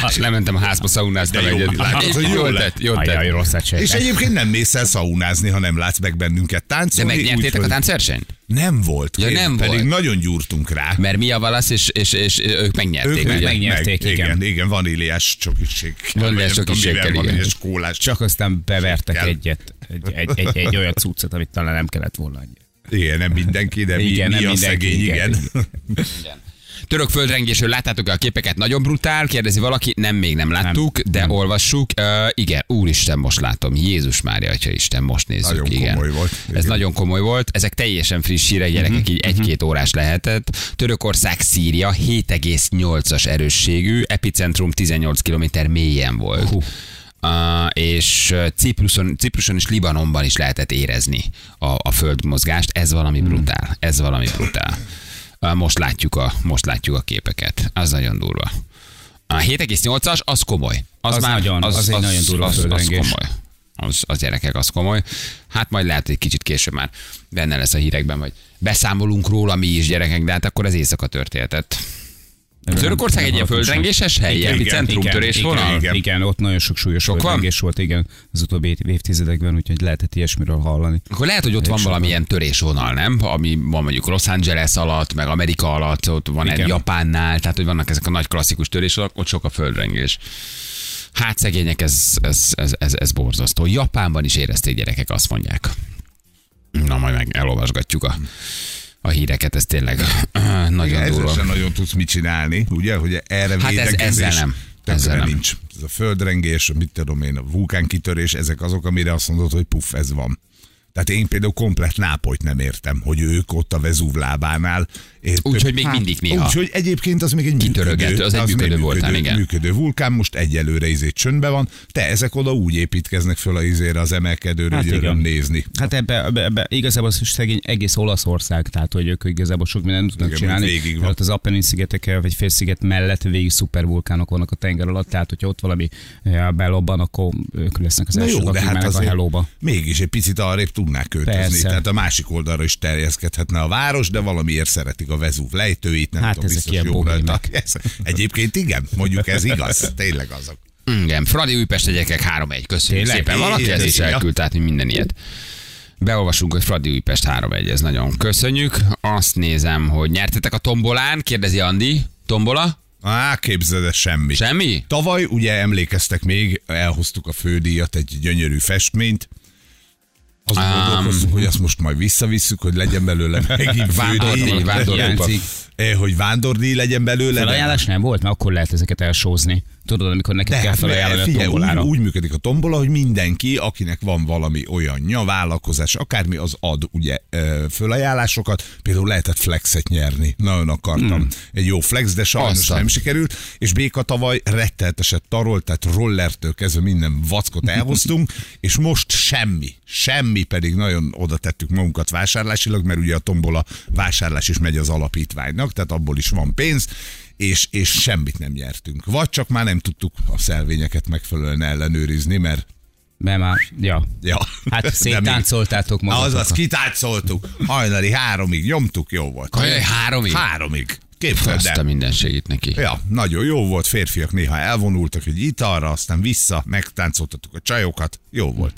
[SPEAKER 2] <laughs> És lementem a házba, szaunáztam
[SPEAKER 3] De jó,
[SPEAKER 2] egyet.
[SPEAKER 3] látod, hogy jó
[SPEAKER 2] Jól
[SPEAKER 3] lett.
[SPEAKER 2] tett, jól
[SPEAKER 4] Ajaj,
[SPEAKER 2] tett.
[SPEAKER 4] rossz
[SPEAKER 3] És egyébként nem mész el szaunázni, ha nem látsz meg bennünket
[SPEAKER 2] De
[SPEAKER 3] táncolni.
[SPEAKER 2] megnyertétek a
[SPEAKER 3] úgyhogy-
[SPEAKER 2] táncversenyt?
[SPEAKER 3] Nem volt.
[SPEAKER 2] Ja,
[SPEAKER 3] kérem,
[SPEAKER 2] nem
[SPEAKER 3] pedig
[SPEAKER 2] volt.
[SPEAKER 3] nagyon gyúrtunk rá.
[SPEAKER 2] Mert Mia Valasz, és, és, és ők megnyerték.
[SPEAKER 4] meg-
[SPEAKER 2] ugye?
[SPEAKER 4] meg- megnyerték, igen.
[SPEAKER 3] igen. Igen, vaníliás csokisség.
[SPEAKER 2] Vaníliás csokisségkel, igen.
[SPEAKER 3] Vaníliás kólás.
[SPEAKER 4] Csak aztán bevertek
[SPEAKER 3] Kell.
[SPEAKER 4] egyet, egy, egy, egy, egy olyan cuccot, amit talán nem kellett volna annyira.
[SPEAKER 3] Igen, nem mindenki, de
[SPEAKER 4] Igen,
[SPEAKER 3] igen, mi,
[SPEAKER 4] nem
[SPEAKER 3] mi a
[SPEAKER 4] mindenki,
[SPEAKER 3] szegény,
[SPEAKER 4] igen,
[SPEAKER 3] igen. <laughs>
[SPEAKER 2] Török földrengésről láttátok a képeket? Nagyon brutál, kérdezi valaki. Nem, még nem láttuk, nem. de nem. olvassuk. Uh, igen, úristen, most látom. Jézus Mária, Atya Isten, most nézzük.
[SPEAKER 3] Nagyon
[SPEAKER 2] igen.
[SPEAKER 3] komoly volt.
[SPEAKER 2] Ez
[SPEAKER 3] Igen.
[SPEAKER 2] nagyon komoly volt. Ezek teljesen friss hírek, gyerekek,
[SPEAKER 4] Mhm.
[SPEAKER 2] így egy-két órás lehetett. Törökország, Szíria 7,8-as erősségű, epicentrum 18 km mélyen volt. Hú. Uh, és ö, Cipruson, Cipruson és Libanonban is lehetett érezni a, a földmozgást. Ez valami
[SPEAKER 4] Hmm.
[SPEAKER 2] brutál. Ez valami brutál. Ö, Most látjuk a, most látjuk a képeket. Az nagyon durva. A 7,8-as, az komoly. Az,
[SPEAKER 4] Az
[SPEAKER 2] már,
[SPEAKER 4] nagyon, az egy nagyon durva
[SPEAKER 2] az, az
[SPEAKER 4] földrengés.
[SPEAKER 2] komoly. Az, az gyerekek, az komoly. Hát majd lehet, hogy kicsit később már benne lesz a hírekben, vagy beszámolunk róla mi is gyerekek, de hát akkor ez éjszaka történetet. Törökország egy ilyen
[SPEAKER 4] hallottam
[SPEAKER 2] földrengéses hely, ilyen epicentrum törés vonal.
[SPEAKER 4] Igen, igen, ott nagyon sok súlyos
[SPEAKER 2] Sok
[SPEAKER 4] Sok
[SPEAKER 2] van?
[SPEAKER 4] földrengés volt, igen, az utóbbi év- évtizedekben, úgyhogy lehetett ilyesmiről hallani.
[SPEAKER 2] Akkor lehet, hogy ott van valamilyen törésvonal, nem? Ami van mondjuk Los Angeles alatt, meg Amerika alatt, ott van egy
[SPEAKER 4] Igen.
[SPEAKER 2] Japánnál, tehát hogy vannak ezek a nagy klasszikus törésvonalak, ott sok a földrengés. Hát szegények, ez, ez, ez, ez, ez borzasztó. Japánban is érezték gyerekek, azt mondják. Na, majd meg elolvasgatjuk a, a híreket, ez tényleg <clears throat> nagyon
[SPEAKER 3] Ezzel
[SPEAKER 2] durva.
[SPEAKER 3] sem nagyon tudsz mit csinálni, ugye, hogy erre
[SPEAKER 2] Hát ez-
[SPEAKER 3] védekezés
[SPEAKER 2] ezzel nem.
[SPEAKER 3] tökre
[SPEAKER 2] Ezzel nem.
[SPEAKER 3] nincs. Ez a földrengés, mit tudom én, a vulkánkitörés, ezek azok, amire azt mondod, hogy puff, ez van. Tehát én például komplet nápolyt nem értem, hogy ők ott a Vezúv lábánál. ér-
[SPEAKER 2] Úgyhogy még mindig néha.
[SPEAKER 3] Úgyhogy egyébként az még egy
[SPEAKER 2] Kitörögető,
[SPEAKER 3] működő,
[SPEAKER 2] az egy
[SPEAKER 3] még
[SPEAKER 2] működő voltán,
[SPEAKER 3] működő,
[SPEAKER 2] igen.
[SPEAKER 3] működő vulkán, most egyelőre izé csöndben van. Te ezek oda úgy építkeznek föl az izére az emelkedőre,
[SPEAKER 4] Hát
[SPEAKER 3] hogy öröm
[SPEAKER 4] igen.
[SPEAKER 3] nézni.
[SPEAKER 4] Hát ebbe, ebbe, ebbe igazából az szegény egész Olaszország, tehát hogy ők igazából sok mindent nem tudnak
[SPEAKER 3] Igen,
[SPEAKER 4] csinálni.
[SPEAKER 3] mert végig van.
[SPEAKER 4] Mert ott az Apennin szigetek vagy félsziget mellett végig szupervulkánok vannak a tenger alatt, tehát hogyha ott valami eh, belobban, akkor ők lesznek az
[SPEAKER 3] Na
[SPEAKER 4] elsők,
[SPEAKER 3] jó, de
[SPEAKER 4] akik
[SPEAKER 3] hát
[SPEAKER 4] mennek a
[SPEAKER 3] azért
[SPEAKER 4] hellóba.
[SPEAKER 3] mégis egy picit arrébb tudnák költözni.
[SPEAKER 4] Persze.
[SPEAKER 3] Tehát a másik oldalra is terjeszkedhetne a város, de valamiért szeretik a Vezúv lejtőit, nem
[SPEAKER 4] Hát
[SPEAKER 3] tudom,
[SPEAKER 4] ezek
[SPEAKER 3] biztos
[SPEAKER 4] ilyen
[SPEAKER 3] jó
[SPEAKER 4] bohémek.
[SPEAKER 3] rajta. Ez- Egyébként igen, mondjuk ez igaz, tényleg azok.
[SPEAKER 2] Igen, Fradi Újpest gyerekek 3-1. Köszönjük
[SPEAKER 4] Tényleg?
[SPEAKER 2] szépen. Valaki
[SPEAKER 3] Édes
[SPEAKER 2] ez is
[SPEAKER 3] anya.
[SPEAKER 2] elküldt át, mint minden ilyet. Beolvasunk, hogy Fradi Újpest 3-1, ez nagyon köszönjük. Azt nézem, hogy nyertetek a tombolán, kérdezi Andi. Tombola?
[SPEAKER 3] Á, képzeld, ez semmi.
[SPEAKER 2] Semmi?
[SPEAKER 3] Tavaly ugye emlékeztek még, elhoztuk a fődíjat, egy gyönyörű festményt, azon
[SPEAKER 2] Ám.
[SPEAKER 3] gondolkoztunk, hogy azt most majd visszavisszük, hogy
[SPEAKER 4] <laughs>
[SPEAKER 3] legyen belőle megint
[SPEAKER 2] Vándorló,
[SPEAKER 3] fődíj,
[SPEAKER 2] vándorlóba.
[SPEAKER 4] Hiányzik.
[SPEAKER 3] Eh, hogy vándordíj legyen belőle. de-
[SPEAKER 4] Felajánlás nem volt, mert akkor lehet ezeket elsózni. Tudod, amikor neked
[SPEAKER 3] De
[SPEAKER 4] kell
[SPEAKER 3] hát
[SPEAKER 4] felajánlani a
[SPEAKER 3] figyelj, úgy,
[SPEAKER 4] tombolára.
[SPEAKER 3] úgy működik a tombola, hogy mindenki, akinek van valami olyan vállalkozás, akármi, az ad ugye ö, fölajánlásokat. Például lehetett flexet nyerni. Nagyon akartam.
[SPEAKER 4] Hmm.
[SPEAKER 3] Egy jó flex, de sajnos
[SPEAKER 2] Aztán.
[SPEAKER 3] nem sikerült. És Béka tavaly rettelteset tarolt, tehát rollertől kezdve minden vackot elhoztunk, és most semmi. Semmi pedig nagyon oda tettük magunkat vásárlásilag, mert ugye a tombola vásárlás is megy az alapítványnak, tehát abból is van pénz és, és semmit nem nyertünk. Vagy csak már nem tudtuk a szelvényeket megfelelően ellenőrizni, mert
[SPEAKER 4] Mert már, ja.
[SPEAKER 3] ja. De <laughs>
[SPEAKER 4] Hát
[SPEAKER 3] még-
[SPEAKER 4] széttáncoltátok
[SPEAKER 3] Na,
[SPEAKER 4] magatokat.
[SPEAKER 3] Azaz, kitáncoltuk. Hajnali háromig nyomtuk, jó volt.
[SPEAKER 2] Ajaj, háromig?
[SPEAKER 3] Háromig. Képzeld
[SPEAKER 2] Azt a
[SPEAKER 3] el.
[SPEAKER 2] minden segít neki.
[SPEAKER 3] Ja, nagyon jó volt, férfiak néha elvonultak egy italra, aztán vissza, megtáncoltattuk a csajokat, jó volt.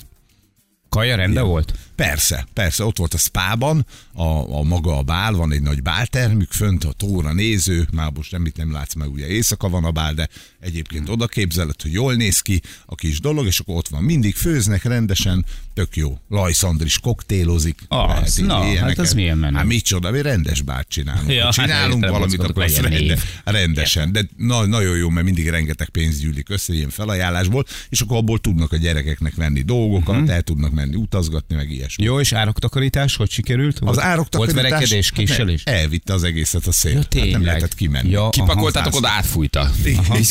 [SPEAKER 4] Kaja rendben volt?
[SPEAKER 3] Persze, persze, ott volt a spában, a, a maga a bál, van egy nagy báltermük, fönt a tóra néző, már most semmit nem látsz, mert ugye éjszaka van a bál, de egyébként oda képzeled, hogy jól néz ki a kis dolog, és akkor ott van, mindig főznek rendesen, tök jó. Lajsz Andris koktélozik.
[SPEAKER 4] Az,
[SPEAKER 3] lehet így
[SPEAKER 4] na, hát
[SPEAKER 3] ilyeneket.
[SPEAKER 4] az milyen menő.
[SPEAKER 3] Hát micsoda, mi rendes bárt csinálunk.
[SPEAKER 4] Ja,
[SPEAKER 3] Ja,
[SPEAKER 4] hát
[SPEAKER 3] csinálunk
[SPEAKER 4] értem,
[SPEAKER 3] valamit,
[SPEAKER 4] mozgatok,
[SPEAKER 3] akkor azt
[SPEAKER 4] legyen
[SPEAKER 3] rende,
[SPEAKER 4] név.
[SPEAKER 3] rendesen. De na, nagyon jó, mert mindig rengeteg pénz gyűlik össze ilyen felajánlásból, és akkor abból tudnak a gyerekeknek venni dolgokat, el tudnak menni utazgatni, meg ilyesmi.
[SPEAKER 4] Mhm. Jó, és ároktakarítás, hogy sikerült?
[SPEAKER 3] Az
[SPEAKER 4] Volt-
[SPEAKER 3] árok
[SPEAKER 4] Volt verekedés, késelés?
[SPEAKER 3] Elvitte az egészet a szél.
[SPEAKER 4] Ja,
[SPEAKER 3] hát nem
[SPEAKER 4] tényleg.
[SPEAKER 3] lehetett kimenni.
[SPEAKER 4] Ja,
[SPEAKER 2] Kipakoltátok, oda átfújta.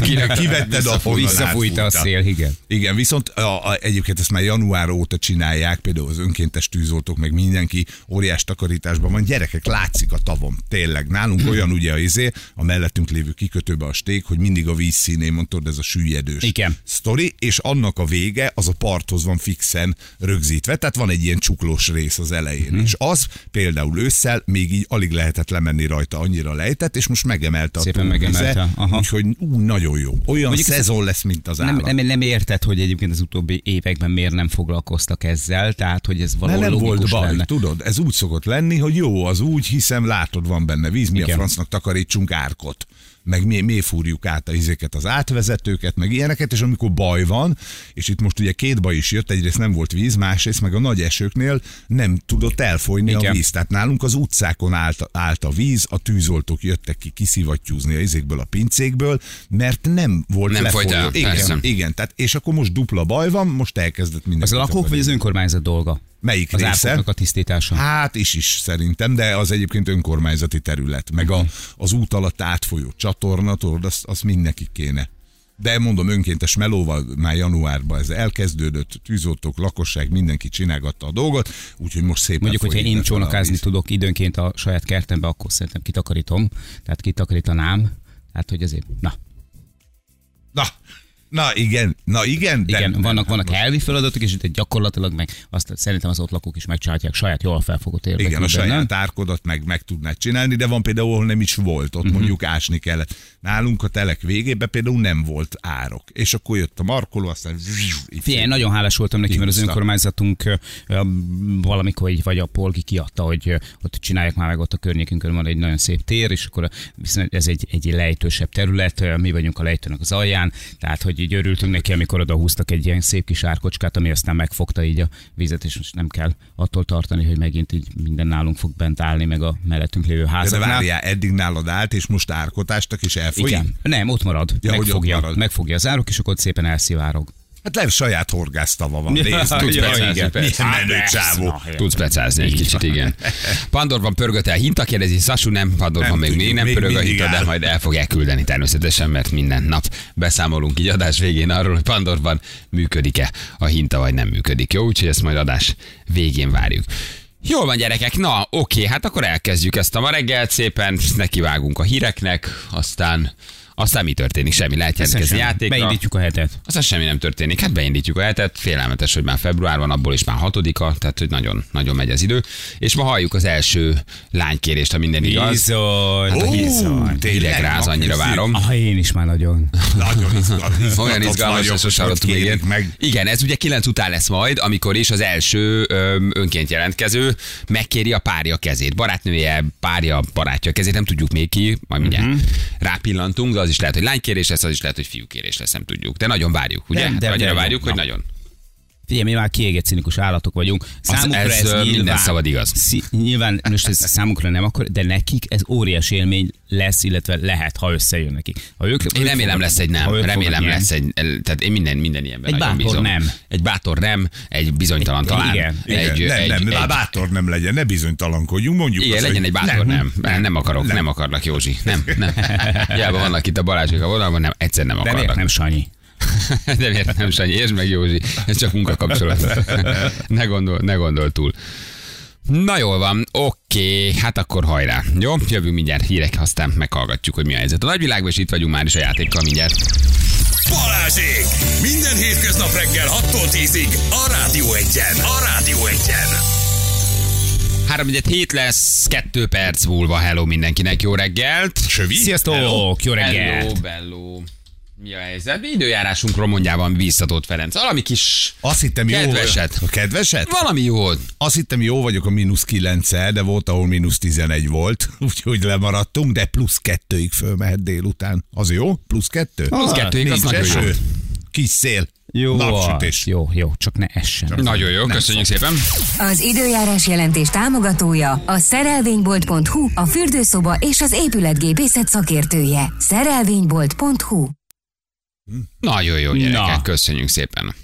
[SPEAKER 3] Igen, kivetted a honnan
[SPEAKER 4] Visszafújta a
[SPEAKER 3] átfújta.
[SPEAKER 4] szél, igen.
[SPEAKER 3] Igen, viszont a, a, egyébként ezt már január óta csinálják, például az önkéntes tűzoltók, meg mindenki óriás takarításban van. Gyerekek, látszik a tavon, tényleg.
[SPEAKER 4] Hmm.
[SPEAKER 3] Nálunk olyan ugye a izé, a mellettünk lévő kikötőbe a sték, hogy mindig a víz színén, mondtad, ez a süllyedős
[SPEAKER 4] Igen.
[SPEAKER 3] sztori, és annak a vége az a parthoz van fixen rögzítve, tehát van egy ilyen csuklós rész az elején.
[SPEAKER 4] Hmm.
[SPEAKER 3] Mm. És az például ősszel még így alig lehetett lemenni rajta, annyira lejtett, és most megemelte a
[SPEAKER 4] Szépen
[SPEAKER 3] tó vize,
[SPEAKER 4] megemelte, aha.
[SPEAKER 3] Úgyhogy ú, nagyon jó. Olyan
[SPEAKER 4] Mondjuk ez-
[SPEAKER 3] szezon lesz, mint az állat.
[SPEAKER 4] Nem, nem, nem érted, hogy egyébként az utóbbi években miért nem foglalkoztak ezzel, tehát hogy ez
[SPEAKER 3] Mert
[SPEAKER 4] valahol
[SPEAKER 3] nem volt
[SPEAKER 4] logikus
[SPEAKER 3] baj,
[SPEAKER 4] lenne.
[SPEAKER 3] tudod, ez úgy szokott lenni, hogy jó, az úgy, hiszem látod, van benne víz, mi a
[SPEAKER 4] Igen.
[SPEAKER 3] francnak takarítsunk árkot meg mi, mi fúrjuk át a izéket, az átvezetőket, meg ilyeneket, és amikor baj van, és itt most ugye két baj is jött, egyrészt nem volt víz, másrészt meg a nagy esőknél nem tudott elfolyni a
[SPEAKER 4] Igen.
[SPEAKER 3] víz. Tehát nálunk az utcákon állt, állt a víz, a tűzoltók jöttek ki kiszivattyúzni a izékből, a pincékből, mert nem volt
[SPEAKER 2] Nem folyt
[SPEAKER 3] lefolyó.
[SPEAKER 2] el, persze.
[SPEAKER 3] igen, igen, tehát, és akkor most dupla baj van, most elkezdett minden.
[SPEAKER 4] Az a lakók vagy az önkormányzat dolga?
[SPEAKER 3] Melyik
[SPEAKER 4] az
[SPEAKER 3] része?
[SPEAKER 4] ápoknak a tisztítása.
[SPEAKER 3] Hát is is szerintem, de az egyébként önkormányzati terület, meg a, az út alatt átfolyó csatorna, tudod, azt, azt mindenki kéne. De mondom, önkéntes melóval már januárban ez elkezdődött, tűzoltók, lakosság, mindenki csinálgatta a dolgot, úgyhogy most szépen
[SPEAKER 4] Mondjuk,
[SPEAKER 3] folyik
[SPEAKER 4] hogyha én
[SPEAKER 3] lefelé a
[SPEAKER 4] csónakázni
[SPEAKER 3] víz.
[SPEAKER 4] tudok időnként a saját kertembe, akkor szerintem kitakarítom, tehát kitakarítanám. Tehát, hogy azért, na,
[SPEAKER 3] Na, na igen, na igen, de
[SPEAKER 4] igen, vannak, vannak elvi feladatok, és itt gyakorlatilag meg azt szerintem az ott lakók is megcsinálják saját jól felfogott érdekében.
[SPEAKER 3] Igen, a
[SPEAKER 4] nem?
[SPEAKER 3] saját árkodat meg, meg tudnád csinálni, de van például, ahol nem is volt, ott
[SPEAKER 4] Mhm.
[SPEAKER 3] uh-huh. mondjuk ásni kellett. Nálunk a telek végében például nem volt árok. És akkor jött a markoló, aztán... így
[SPEAKER 4] Figyelj, nagyon hálás voltam neki, mert az
[SPEAKER 3] Tiszta.
[SPEAKER 4] önkormányzatunk ö, ö, valamikor így, vagy a polgi kiadta, hogy ö, ott csinálják már meg ott a környékünkön van egy nagyon szép tér, és akkor viszont ez egy, egy lejtősebb terület, ö, mi vagyunk a lejtőnek az alján, tehát hogy így örültünk neki, amikor oda húztak egy ilyen szép kis árkocskát, ami aztán megfogta így a vizet, és most nem kell attól tartani, hogy megint így minden nálunk fog bent állni, meg a mellettünk lévő
[SPEAKER 3] De, de
[SPEAKER 4] házaknál.
[SPEAKER 3] várjál, eddig nálad állt, és most árkotástak is elfolyik.
[SPEAKER 4] Igen. Nem, ott marad.
[SPEAKER 3] Ja,
[SPEAKER 4] Ja,
[SPEAKER 3] hogy ott
[SPEAKER 4] megfogja,
[SPEAKER 3] marad.
[SPEAKER 4] marad. megfogja az árok, és akkor ott szépen elszivárog.
[SPEAKER 3] Hát nem saját horgásztava van.
[SPEAKER 4] Ja,
[SPEAKER 3] Nézd, tudsz
[SPEAKER 4] ja,
[SPEAKER 3] becázni.
[SPEAKER 4] igen,
[SPEAKER 2] persze.
[SPEAKER 3] Milyen menő
[SPEAKER 4] Hát,
[SPEAKER 3] csávó.
[SPEAKER 4] persze, na,
[SPEAKER 2] Tudsz pecázni egy
[SPEAKER 4] Így
[SPEAKER 2] kicsit,
[SPEAKER 4] van.
[SPEAKER 2] igen. Pandor van pörgött el, hinta kérdezi, Sasu nem, Pandor van
[SPEAKER 3] Nem
[SPEAKER 2] még, még
[SPEAKER 3] tudjuk,
[SPEAKER 2] nem
[SPEAKER 3] még
[SPEAKER 2] pörög a
[SPEAKER 3] mindig
[SPEAKER 2] hinta, de
[SPEAKER 3] áll.
[SPEAKER 2] majd el fogják küldeni természetesen, mert minden nap beszámolunk így adás végén arról, hogy Pandorban működik-e a hinta, vagy nem működik. Jó, úgyhogy ezt majd adás végén várjuk. Jól van, gyerekek, na, oké, hát akkor elkezdjük ezt a ma reggelt, szépen nekivágunk a híreknek, aztán aztán mi történik? Semmi lehet jelentkezni játékra.
[SPEAKER 4] Beindítjuk a hetet.
[SPEAKER 2] Aztán semmi nem történik. Hát beindítjuk a hetet, félelmetes, hogy már február van, abból is már hatodika, tehát hogy nagyon, nagyon megy az idő. És ma halljuk az első lánykérést, ha minden igaz. Hát
[SPEAKER 4] Bizony.
[SPEAKER 3] Ó,
[SPEAKER 4] bizony.
[SPEAKER 3] tényleg,
[SPEAKER 2] Idegráz,
[SPEAKER 3] na,
[SPEAKER 2] annyira
[SPEAKER 3] köszi.
[SPEAKER 2] várom.
[SPEAKER 4] Ah, én is már nagyon.
[SPEAKER 3] Nagyon
[SPEAKER 2] <laughs>
[SPEAKER 3] izgalmas.
[SPEAKER 2] Olyan izgalmas,
[SPEAKER 3] vagyok,
[SPEAKER 2] hogy sosem
[SPEAKER 3] hogy
[SPEAKER 2] hallottuk még
[SPEAKER 3] kérik
[SPEAKER 2] ilyet.
[SPEAKER 3] meg.
[SPEAKER 2] Igen, ez ugye 9 után lesz majd, amikor is az első öm, önként jelentkező megkéri a párja kezét. Barátnője, párja, barátja kezét, nem tudjuk még ki, majd mindjárt
[SPEAKER 4] Mhm.
[SPEAKER 2] uh-huh. rápillantunk, de az is lehet, hogy lánykérés lesz, az is lehet, hogy fiúkérés lesz, nem tudjuk. De nagyon várjuk, ugye?
[SPEAKER 4] Nem,
[SPEAKER 2] Nem,
[SPEAKER 4] de-
[SPEAKER 2] de, annyira
[SPEAKER 4] de jó.
[SPEAKER 2] várjuk, hogy
[SPEAKER 4] Na.
[SPEAKER 2] nagyon.
[SPEAKER 4] Figyelj, mi már kiégett cinikus állatok vagyunk. Számukra
[SPEAKER 2] ez,
[SPEAKER 4] ez,
[SPEAKER 2] ö,
[SPEAKER 4] nyilván,
[SPEAKER 2] minden szabad igaz.
[SPEAKER 4] Szí, nyilván, most ez számukra nem akkor, de nekik ez óriási élmény lesz, illetve lehet, ha összejön nekik. Ha ők,
[SPEAKER 2] Én
[SPEAKER 4] ők
[SPEAKER 2] remélem
[SPEAKER 4] fogad-
[SPEAKER 2] lesz egy nem.
[SPEAKER 4] ha ők
[SPEAKER 2] Remélem
[SPEAKER 4] fogadják.
[SPEAKER 2] lesz egy, tehát én minden, minden ilyenben
[SPEAKER 4] Egy
[SPEAKER 2] nagyon
[SPEAKER 4] bátor
[SPEAKER 2] bízom.
[SPEAKER 4] nem.
[SPEAKER 2] Egy bátor nem, egy bizonytalan talán.
[SPEAKER 4] igen,
[SPEAKER 3] Igen,
[SPEAKER 2] egy,
[SPEAKER 3] nem,
[SPEAKER 2] egy,
[SPEAKER 3] nem,
[SPEAKER 2] egy,
[SPEAKER 3] már bátor nem legyen, ne bizonytalankodjunk, mondjuk
[SPEAKER 2] igen,
[SPEAKER 3] azt,
[SPEAKER 2] legyen
[SPEAKER 3] hogy
[SPEAKER 2] egy bátor nem. Nem, nem akarok, nem. nem akarlak, Józsi. Nem,
[SPEAKER 4] <laughs>
[SPEAKER 2] nem. Hiába vannak itt a Balázsék a vonalban, nem, egyszer nem
[SPEAKER 4] De miért
[SPEAKER 2] akarlak.
[SPEAKER 4] nem Sanyi?
[SPEAKER 2] <laughs> De miért nem, Sanyi? Értsd meg, Józsi. Ez csak munkakapcsolat. Ne gondol, ne gondol túl. Na jól van, oké, hát akkor hajrá. Jó, jövünk mindjárt hírek, aztán meghallgatjuk, hogy mi a helyzet. A nagyvilágban és itt vagyunk már is a játékkal mindjárt.
[SPEAKER 1] Balázsék! Minden hétköznap reggel 6-tól 10-ig a Rádió Egyen! A Rádió Egyen!
[SPEAKER 2] 3 lesz, 2 perc múlva. Hello mindenkinek, jó reggelt!
[SPEAKER 3] Sövi?
[SPEAKER 4] Sziasztok, jó
[SPEAKER 2] Hello,
[SPEAKER 4] reggelt!
[SPEAKER 2] bello. Mi a helyzet? Mi időjárásunkról mondjában bíztatott Ferenc. Valami kis...
[SPEAKER 3] Azt hittem, jó
[SPEAKER 2] Kedveset.
[SPEAKER 3] A kedveset?
[SPEAKER 2] Valami jó.
[SPEAKER 3] Azt hittem, jó vagyok a mínusz 9 de volt, ahol mínusz 11 volt, <laughs> úgyhogy lemaradtunk, de plusz kettőig fölmehet délután. Az jó? Plusz kettő?
[SPEAKER 2] Plusz kettőig, az
[SPEAKER 3] Nincs
[SPEAKER 2] nagyon jó.
[SPEAKER 3] eső. Kis szél.
[SPEAKER 4] Ah, Jó,
[SPEAKER 3] Napsütés.
[SPEAKER 4] jó, jó, csak ne essen.
[SPEAKER 2] Nagyon jó, köszönjük szépen.
[SPEAKER 5] Az időjárás jelentés támogatója a szerelvénybolt.hu, a fürdőszoba és az épületgépészet szakértője. Szerelvénybolt.hu
[SPEAKER 2] Nagyon jó, gyerekek,
[SPEAKER 4] Na.
[SPEAKER 2] köszönjük szépen.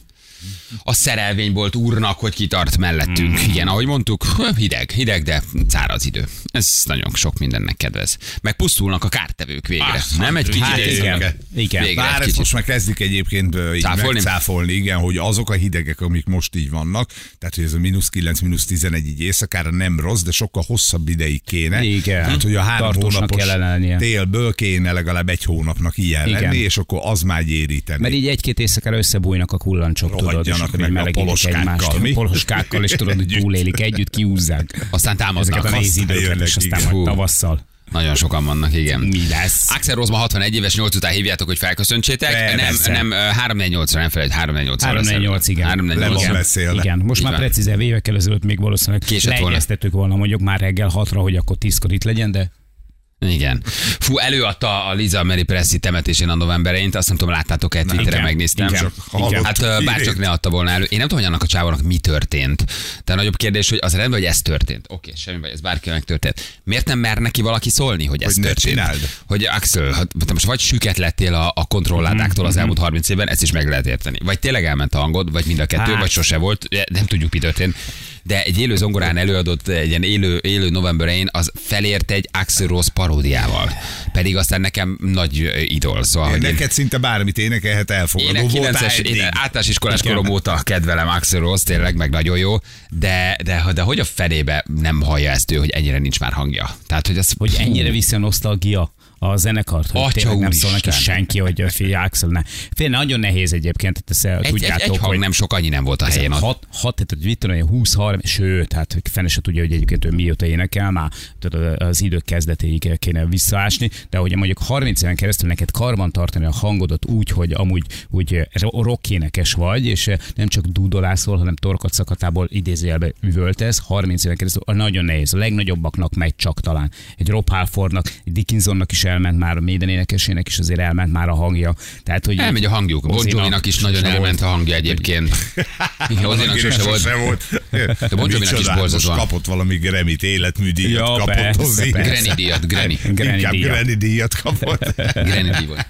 [SPEAKER 2] A szerelvénybolt úrnak, hogy kitart mellettünk. Igen, ahogy mondtuk, hideg, hideg, de száraz idő. Ez nagyon sok mindennek kedvez. Meg pusztulnak a kártevők végre.
[SPEAKER 3] Ah,
[SPEAKER 2] nem egy kicsit
[SPEAKER 3] hát
[SPEAKER 2] érzünk.
[SPEAKER 3] igen.
[SPEAKER 4] Igen.
[SPEAKER 2] Végre egy
[SPEAKER 3] Bár ezt
[SPEAKER 2] kicsit.
[SPEAKER 3] most már kezdik egyébként ö, így
[SPEAKER 2] Cáfolni?
[SPEAKER 3] cáfolni? megcáfolni, igen, hogy azok a hidegek, amik most így vannak, tehát hogy ez a mínusz 9, mínusz 11 így éjszakára nem rossz, de sokkal hosszabb ideig kéne.
[SPEAKER 4] Igen.
[SPEAKER 3] Tehát, hogy a három
[SPEAKER 4] Tartósnak
[SPEAKER 3] hónapos
[SPEAKER 4] kellene lennie.
[SPEAKER 3] télből kéne legalább egy hónapnak ilyen
[SPEAKER 4] Igen.
[SPEAKER 3] lenni, és akkor az már gyéríteni.
[SPEAKER 4] Mert így egy-két éjszakára összebújnak a kullancsok, tudod, és
[SPEAKER 3] Rohadjanak
[SPEAKER 4] akkor
[SPEAKER 3] meg
[SPEAKER 4] így
[SPEAKER 3] a
[SPEAKER 4] melegítik
[SPEAKER 3] poloskákkal,
[SPEAKER 4] egymást.
[SPEAKER 3] mi?
[SPEAKER 4] Poloskákkal, és tudod, hogy
[SPEAKER 3] Együtt.
[SPEAKER 4] túlélik együtt, kiúzzák.
[SPEAKER 2] Aztán támadnak.
[SPEAKER 4] Ezeket a nehéz
[SPEAKER 3] aztán
[SPEAKER 4] időket,
[SPEAKER 3] jönnek,
[SPEAKER 4] és aztán
[SPEAKER 3] igen.
[SPEAKER 4] majd
[SPEAKER 2] Hú.
[SPEAKER 4] tavasszal.
[SPEAKER 2] Nagyon sokan vannak, igen.
[SPEAKER 4] Mi lesz?
[SPEAKER 2] Axel Rozma 61 éves, 8 után hívjátok, hogy felköszöntsétek.
[SPEAKER 3] Persze.
[SPEAKER 2] Nem, nem, ö, 348-ra, nem felejt, 348
[SPEAKER 4] 348, igen.
[SPEAKER 2] 348
[SPEAKER 3] Le van beszélve.
[SPEAKER 4] Igen, most
[SPEAKER 2] Így
[SPEAKER 4] már
[SPEAKER 2] van.
[SPEAKER 4] precízebb évekkel ezelőtt még valószínűleg
[SPEAKER 2] Késett volna.
[SPEAKER 4] leegyeztettük volna mondjuk már reggel hatra, hogy akkor tízkor itt legyen, de
[SPEAKER 2] Igen. Fú, előadta a Liza Mary Pressi temetésén a november elején, azt nem tudom, láttátok-e, Twitteren
[SPEAKER 4] igen,
[SPEAKER 2] megnéztem.
[SPEAKER 4] igen,
[SPEAKER 3] Csak igen. hallottuk
[SPEAKER 2] Hát ö, bárcsak
[SPEAKER 3] hírét.
[SPEAKER 2] ne adta volna elő. Én nem tudom, hogy annak a csávónak mi történt. De a nagyobb kérdés, hogy az rendben, hogy ez történt. Oké, semmi baj, ez bárkinek történt. Miért nem mer neki valaki szólni, hogy ez
[SPEAKER 3] Hogy ne
[SPEAKER 2] történt?
[SPEAKER 3] csináld.
[SPEAKER 2] Hogy Axel, hát te most vagy süket lettél a, a kontrolládáktól
[SPEAKER 4] Mhm,
[SPEAKER 2] az elmúlt 30 évben, ezt is meg lehet érteni. Vagy tényleg elment a hangod, vagy mind a kettő,
[SPEAKER 4] Hát.
[SPEAKER 2] vagy sose volt, de nem tudjuk, mi történt. De egy élő zongorán előadott egy ilyen élő, élő novemberén az felért egy Axel Rose paródiával. Pedig aztán nekem nagy ö, idol, szóval,
[SPEAKER 3] Én
[SPEAKER 2] hogy én-
[SPEAKER 3] Neked szinte bármit énekelhet,
[SPEAKER 2] én
[SPEAKER 3] elfogadó
[SPEAKER 2] a
[SPEAKER 3] voltál
[SPEAKER 2] 9-es,
[SPEAKER 3] eddig.
[SPEAKER 2] én általános iskolás korom óta kedvelem Axel Rose, tényleg, meg nagyon jó, de, de, de hogy a fenébe nem hallja ezt ő, hogy ennyire nincs már hangja. Tehát, hogy ez...
[SPEAKER 4] hogy ennyire viszi a nosztalgia a zenekart, hogy
[SPEAKER 2] Atya
[SPEAKER 4] tényleg nem szól neki
[SPEAKER 2] úristen.
[SPEAKER 4] senki, hogy figyelj, Axel, ne. Fél, nagyon nehéz egyébként, tehát ezt
[SPEAKER 2] egy, egy,
[SPEAKER 4] tudjátok,
[SPEAKER 2] egy hang
[SPEAKER 4] hogy
[SPEAKER 2] nem sok, annyi nem volt a
[SPEAKER 4] Ez
[SPEAKER 2] helyén. ott.
[SPEAKER 4] Hat, hat, tehát mit tudom, én, 20 30 sőt, hát hogy fene se tudja, hogy egyébként ő mióta énekel, már tudod, az idők kezdetéig kéne visszaásni, de hogy mondjuk 30 éven keresztül neked karban tartani a hangodat úgy, hogy amúgy úgy eh, rockénekes vagy, és eh, nem csak dudolászol, hanem torkod szakatából idézőjelbe üvöltesz, 30 éven keresztül a nagyon nehéz, a legnagyobbaknak megy csak talán. Egy Rob Halfordnak, egy Dickinsonnak is elment már, a Maiden énekesének is azért elment már a hangja. Tehát, hogy
[SPEAKER 2] Elmegy a hangjuk. Bon
[SPEAKER 4] Ozzynak
[SPEAKER 2] Jovi-nak is nagyon
[SPEAKER 4] sose volt.
[SPEAKER 2] elment a hangja egyébként. Ozénak
[SPEAKER 3] Akinek
[SPEAKER 2] sose volt.
[SPEAKER 3] volt.
[SPEAKER 2] De Bon Jovinak is
[SPEAKER 3] Micsoda,
[SPEAKER 2] borzasztóan.
[SPEAKER 3] most kapott valami Grammy-t, életműdíjat
[SPEAKER 4] Ja,
[SPEAKER 3] kapott Hát,
[SPEAKER 4] persze,
[SPEAKER 3] hozzá.
[SPEAKER 4] persze.
[SPEAKER 2] Granny díjat, Granny.
[SPEAKER 4] Granny
[SPEAKER 3] Inkább
[SPEAKER 4] díjat.
[SPEAKER 3] Granny díjat kapott.
[SPEAKER 2] Granny díj volt.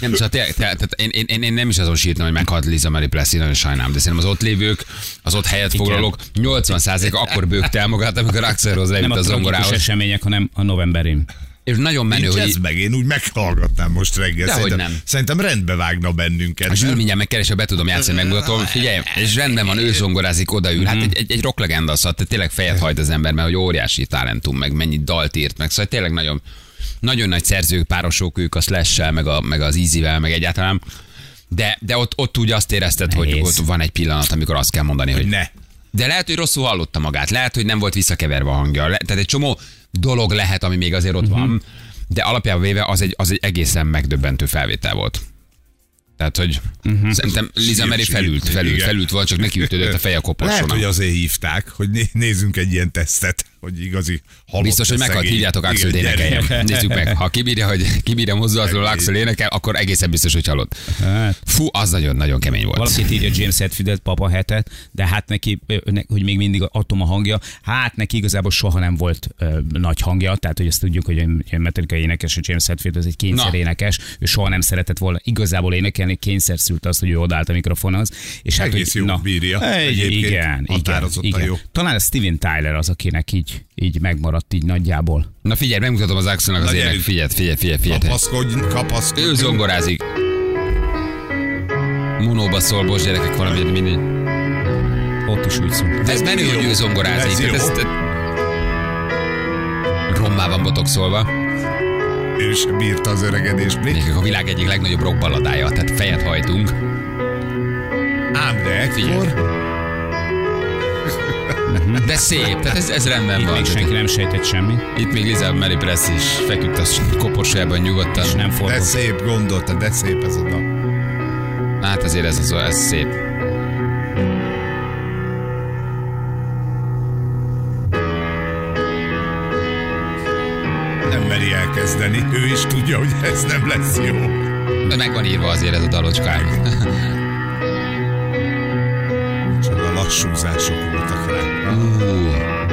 [SPEAKER 2] Nem, szóval te, te, tehát én, én, én, én, nem is azon sírtam, hogy meghalt Liza Mary Plessy, nagyon sajnálom, de szerintem az ott lévők, az ott helyet foglalók, 80 akkor bőgte el magát, amikor Axelhoz
[SPEAKER 4] Nem
[SPEAKER 2] leült
[SPEAKER 4] a
[SPEAKER 2] a
[SPEAKER 4] tragikus
[SPEAKER 2] zongorához.
[SPEAKER 4] események, hanem a novemberén.
[SPEAKER 2] És nagyon menő,
[SPEAKER 3] Nincs
[SPEAKER 2] hogy
[SPEAKER 3] ez meg, én úgy meghallgatnám most reggel.
[SPEAKER 2] Dehogy
[SPEAKER 3] Szerintem,
[SPEAKER 2] nem. Hát,
[SPEAKER 3] szerintem rendbe vágna bennünket.
[SPEAKER 2] És
[SPEAKER 3] nem?
[SPEAKER 2] így mindjárt megkeresem, be tudom játszani, megmutatom, hogy figyelj, és rendben van, ő zongorázik, odaül. Hát egy, egy, egy rocklegenda, szóval te tényleg fejet hajt az ember, mert hogy óriási talentum, meg mennyi dalt írt meg, szóval tényleg nagyon, nagyon nagy szerzők, párosok ők a slash meg, a, meg az easy-vel, meg egyáltalán. De, de ott, ott úgy azt érezted, hogy
[SPEAKER 4] Nehéz.
[SPEAKER 2] ott van egy pillanat, amikor azt kell mondani, hogy
[SPEAKER 3] Ne.
[SPEAKER 2] de lehet, hogy rosszul hallotta magát, lehet, hogy nem volt visszakeverve a hangja. Le- Tehát egy csomó dolog lehet, ami még
[SPEAKER 3] Mhm.
[SPEAKER 2] azért ott van, de alapjában véve az egy, az egy egészen megdöbbentő felvétel volt. Tehát, hogy
[SPEAKER 3] Mhm.
[SPEAKER 2] uh-huh. szerintem Liza
[SPEAKER 3] Sírt,
[SPEAKER 2] Meri
[SPEAKER 3] sírt,
[SPEAKER 2] felült, felült,
[SPEAKER 3] igen.
[SPEAKER 2] felült volt, csak neki ütődött a feje a
[SPEAKER 3] Lehet, hogy
[SPEAKER 2] koporsónak.
[SPEAKER 3] azért hívták, hogy né- nézzünk egy ilyen tesztet, hogy igazi halott
[SPEAKER 2] Biztos, hogy meghalt, hívjátok Axel énekeljen. Nézzük meg, ha kibírja, hogy kibírja mozdulatlanul Axel énekel, akkor egészen biztos, hogy halott.
[SPEAKER 4] Hát.
[SPEAKER 2] Fú, az nagyon-nagyon kemény volt.
[SPEAKER 4] Valaki írja James Hetfieldet, Papa Hetet, de hát neki, ö, ne- hogy még mindig atom a hangja, hát neki igazából soha nem volt ö, nagy hangja, tehát hogy ezt tudjuk, hogy egy Metallica énekes, a James Hetfield az egy kényszer
[SPEAKER 2] Na.
[SPEAKER 4] énekes, ő soha nem szeretett volna igazából énekelni, kényszer szült azt, hogy ő odállt a mikrofonhoz. És hát,
[SPEAKER 3] Egész
[SPEAKER 4] hogy,
[SPEAKER 3] jó bírja.
[SPEAKER 4] Egy,
[SPEAKER 3] Egyébként
[SPEAKER 4] igen, igen,
[SPEAKER 3] határozottan
[SPEAKER 4] igen.
[SPEAKER 3] jó.
[SPEAKER 4] Talán a Steven Tyler az, akinek így, így megmaradt így nagyjából.
[SPEAKER 2] Na figyelj, megmutatom az Axelnak az
[SPEAKER 3] Na,
[SPEAKER 2] ének.
[SPEAKER 3] gyerünk.
[SPEAKER 2] Figyelj, figyelj, figyelj, figyelj.
[SPEAKER 3] Kapaszkodj, kapaszkodj.
[SPEAKER 2] Ő zongorázik. Monóba szól, bocs gyerekek, valami mindegy.
[SPEAKER 4] Ott is úgy szól.
[SPEAKER 2] Ez menő, hogy ő zongorázik.
[SPEAKER 3] Ez
[SPEAKER 2] Tehát
[SPEAKER 3] jó.
[SPEAKER 2] ez, rommá van botok szólva.
[SPEAKER 3] Ő sem bírta az öregedést. Mi?
[SPEAKER 2] Nekik a világ egyik legnagyobb rock balladája, tehát fejet hajtunk.
[SPEAKER 3] Ám de ekkor...
[SPEAKER 2] De szép, tehát ez, ez rendben
[SPEAKER 4] Itt
[SPEAKER 2] van.
[SPEAKER 4] még senki nem sejtett semmit,
[SPEAKER 2] Itt még Liza Mary Press is feküdt a koporsójában nyugodtan.
[SPEAKER 4] és nem
[SPEAKER 3] De
[SPEAKER 4] fordult.
[SPEAKER 3] szép gondolta, de szép ez a dal.
[SPEAKER 2] Hát azért ez, az, ez szép.
[SPEAKER 3] Nem meri elkezdeni. Ő is tudja, hogy ez nem lesz jó.
[SPEAKER 2] De meg van írva azért ez a dalocskám.
[SPEAKER 3] Csak a lassúzások voltak rá.
[SPEAKER 2] Ú,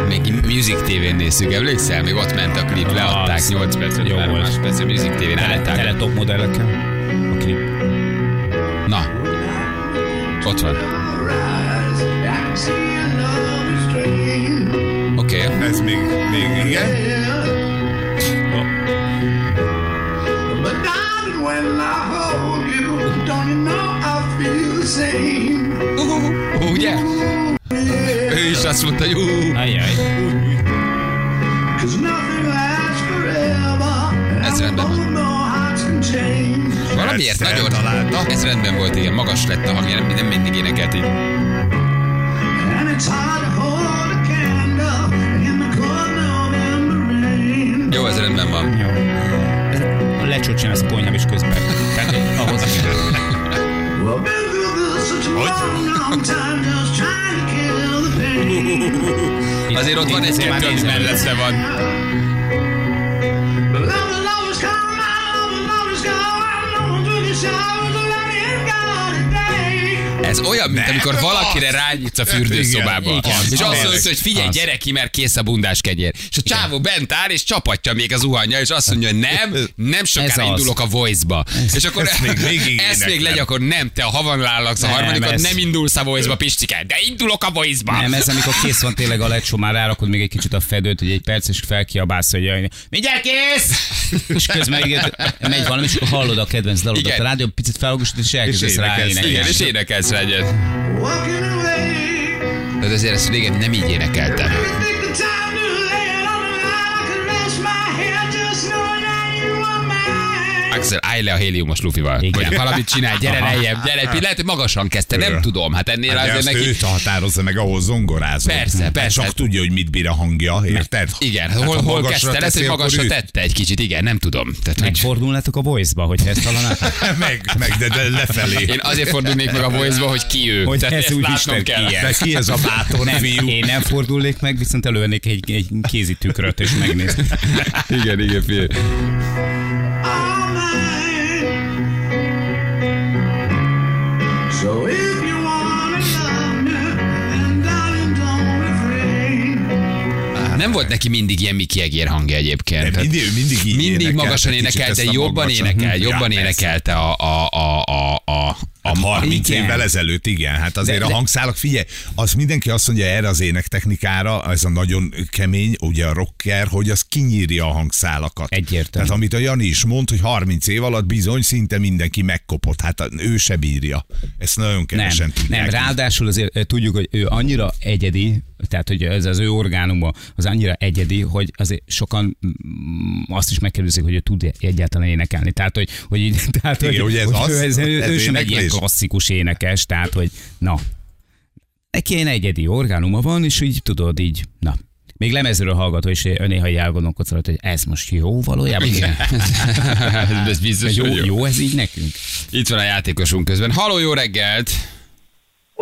[SPEAKER 2] még Music TV-n néztük, emlékszel? Még ott ment a klip, leadták
[SPEAKER 4] Az
[SPEAKER 2] 8 percet,
[SPEAKER 4] jó
[SPEAKER 2] 3
[SPEAKER 4] volt.
[SPEAKER 2] percet Music TV-n állták.
[SPEAKER 4] Teletop modellekkel. A klip.
[SPEAKER 2] Na, ott van. Oké, okay.
[SPEAKER 3] Ez még, még igen?
[SPEAKER 2] Ó, ugye? Ő is azt mondta, hogy ú,
[SPEAKER 4] Ajjaj.
[SPEAKER 2] Ez rendben van. valamiért
[SPEAKER 3] Ezt
[SPEAKER 2] nagyon...
[SPEAKER 3] eltalálta.
[SPEAKER 2] Ez rendben volt, igen, magas lett a hangja, nem, nem mindig énekelt így. Jó, ez rendben van.
[SPEAKER 4] Jó. Lecsúcsin az a konyhám is közben. Tehát, hogy ahhoz is.
[SPEAKER 2] Azért ott van egy-kettő, ami mellette van. Ez olyan, mint amikor valakire rányítsz a fürdőszobába.
[SPEAKER 3] Igen, igen.
[SPEAKER 2] és
[SPEAKER 3] Az,
[SPEAKER 2] azt
[SPEAKER 3] az.
[SPEAKER 2] mondsz, hogy figyelj,
[SPEAKER 3] Az.
[SPEAKER 2] gyere ki, mert kész a bundás kenyér. És a csávó bent áll, és csapatja még az uhanja, és azt mondja, hogy nem, nem
[SPEAKER 4] Ez
[SPEAKER 2] sokára
[SPEAKER 4] az.
[SPEAKER 2] indulok a voice-ba. És akkor
[SPEAKER 3] ezt még végig
[SPEAKER 2] <laughs> ezt még
[SPEAKER 3] éneklem.
[SPEAKER 2] legy, akkor nem, te a havan lállaksz a
[SPEAKER 4] Nem,
[SPEAKER 2] harmadikon,
[SPEAKER 4] ez-
[SPEAKER 2] nem indulsz a voice-ba, Pistike, de indulok a voice-ba.
[SPEAKER 4] Nem, ez amikor kész van tényleg a lecsó, már rárakod még egy kicsit a fedőt, hogy egy perc, és felkiabálsz, hogy jaj, mindjárt kész! <laughs> És közben igen, megy valami, és akkor hallod a kedvenc dalodat
[SPEAKER 2] Igen.
[SPEAKER 4] a rádió, picit felhangosít, és elkezdesz
[SPEAKER 3] És
[SPEAKER 4] rá
[SPEAKER 3] énekelsz.
[SPEAKER 2] Igen,
[SPEAKER 4] énekelni.
[SPEAKER 2] és énekelsz egyet. Tehát Hát azért ezt régen nem így énekeltem. Axel, állj le a héliumos lufival.
[SPEAKER 4] Igen.
[SPEAKER 2] Vagy valamit csinál, gyere
[SPEAKER 4] Aha.
[SPEAKER 2] lejjebb, gyere. Lehet, hogy magasan kezdte, nem
[SPEAKER 3] Igen.
[SPEAKER 2] tudom. Hát ennél
[SPEAKER 3] Hát de
[SPEAKER 2] azért
[SPEAKER 3] azt
[SPEAKER 2] neki...
[SPEAKER 3] ő határozza meg, ahol zongorázott.
[SPEAKER 2] Persze,
[SPEAKER 3] Hát
[SPEAKER 2] persze.
[SPEAKER 3] Csak tudja, hogy mit bír a hangja, érted?
[SPEAKER 2] Igen,
[SPEAKER 3] Hát,
[SPEAKER 2] hát hol,
[SPEAKER 3] ha
[SPEAKER 2] hol
[SPEAKER 3] magasra
[SPEAKER 2] kezdte, lehet,
[SPEAKER 3] teszi,
[SPEAKER 2] hogy
[SPEAKER 3] akkor
[SPEAKER 2] magasra
[SPEAKER 3] üt.
[SPEAKER 2] tette egy kicsit, igen, nem tudom. Tehát, hogy
[SPEAKER 4] Megfordulnátok a voice-ba, hogyha ezt
[SPEAKER 3] <laughs>
[SPEAKER 4] hallanátok?
[SPEAKER 3] meg, meg, de, de lefelé.
[SPEAKER 2] én azért fordulnék meg a voice hogy ki ő.
[SPEAKER 4] Hogy
[SPEAKER 2] Tehát
[SPEAKER 4] ez
[SPEAKER 2] ezt
[SPEAKER 4] úgy
[SPEAKER 2] látnom
[SPEAKER 4] Isten
[SPEAKER 2] kell.
[SPEAKER 4] ilyen.
[SPEAKER 3] De ki ez a bátor
[SPEAKER 4] Nem,
[SPEAKER 3] fiú?
[SPEAKER 4] én nem fordulnék meg, viszont elővennék egy, egy kézi tükröt, és megnézném.
[SPEAKER 2] Igen, igen, figyelj.
[SPEAKER 6] So if you wanna love me, then darling, don't refrain.
[SPEAKER 2] Nem nem volt neki mindig ilyen Miki Egér hangja egyébként.
[SPEAKER 3] De
[SPEAKER 2] Tehát
[SPEAKER 3] mindig- ő mindig így
[SPEAKER 2] mindig
[SPEAKER 3] énekelte,
[SPEAKER 2] magasan
[SPEAKER 3] kicsit
[SPEAKER 2] énekelte,
[SPEAKER 3] ezt a
[SPEAKER 2] jobban
[SPEAKER 3] magasan.
[SPEAKER 2] énekel,
[SPEAKER 3] Ja,
[SPEAKER 2] jobban
[SPEAKER 3] persze.
[SPEAKER 2] énekelte a, a, a, a, a, a
[SPEAKER 3] A 30
[SPEAKER 2] Igen.
[SPEAKER 3] Hát évvel ezelőtt, igen. Hát azért
[SPEAKER 2] De-
[SPEAKER 3] de,
[SPEAKER 2] de-
[SPEAKER 3] a hangszálak, figyelj, az mindenki azt mondja erre az énektechnikára, ez a nagyon kemény, ugye a rocker, hogy az kinyírja a hangszálakat.
[SPEAKER 4] Egyértelmű.
[SPEAKER 3] Tehát amit a Jani is mond, hogy 30 év alatt bizony szinte mindenki megkopott. Hát ő se bírja. Ezt nagyon kevesen
[SPEAKER 4] nem,
[SPEAKER 3] tudják.
[SPEAKER 4] nem, ráadásul azért ö, tudjuk, hogy ő annyira egyedi, tehát hogy ez az ő orgánuma az annyira egyedi, hogy azért sokan mm, azt is megkérdezik, hogy ő tud egyáltalán énekelni. Tehát, hogy, hogy, így- <laughs> tehát,
[SPEAKER 3] Igen,
[SPEAKER 4] hogy,
[SPEAKER 3] ugye ez
[SPEAKER 4] hogy
[SPEAKER 3] az-
[SPEAKER 4] ő, ez, ő,
[SPEAKER 3] ez
[SPEAKER 4] ő sem egy ilyen
[SPEAKER 3] éneklés.
[SPEAKER 4] klasszikus énekes, tehát, hogy na, neki ilyen egyedi orgánuma van, és így tudod, így, na. Még lemezről hallgató, és néha így elgondolkodsz alatt, hogy ez most jó valójában?
[SPEAKER 2] Igen. <laughs> ez, ez biztos,
[SPEAKER 4] Jó,
[SPEAKER 2] hogy jó.
[SPEAKER 4] jó ez így nekünk?
[SPEAKER 2] Itt van a játékosunk közben. Haló, jó reggelt!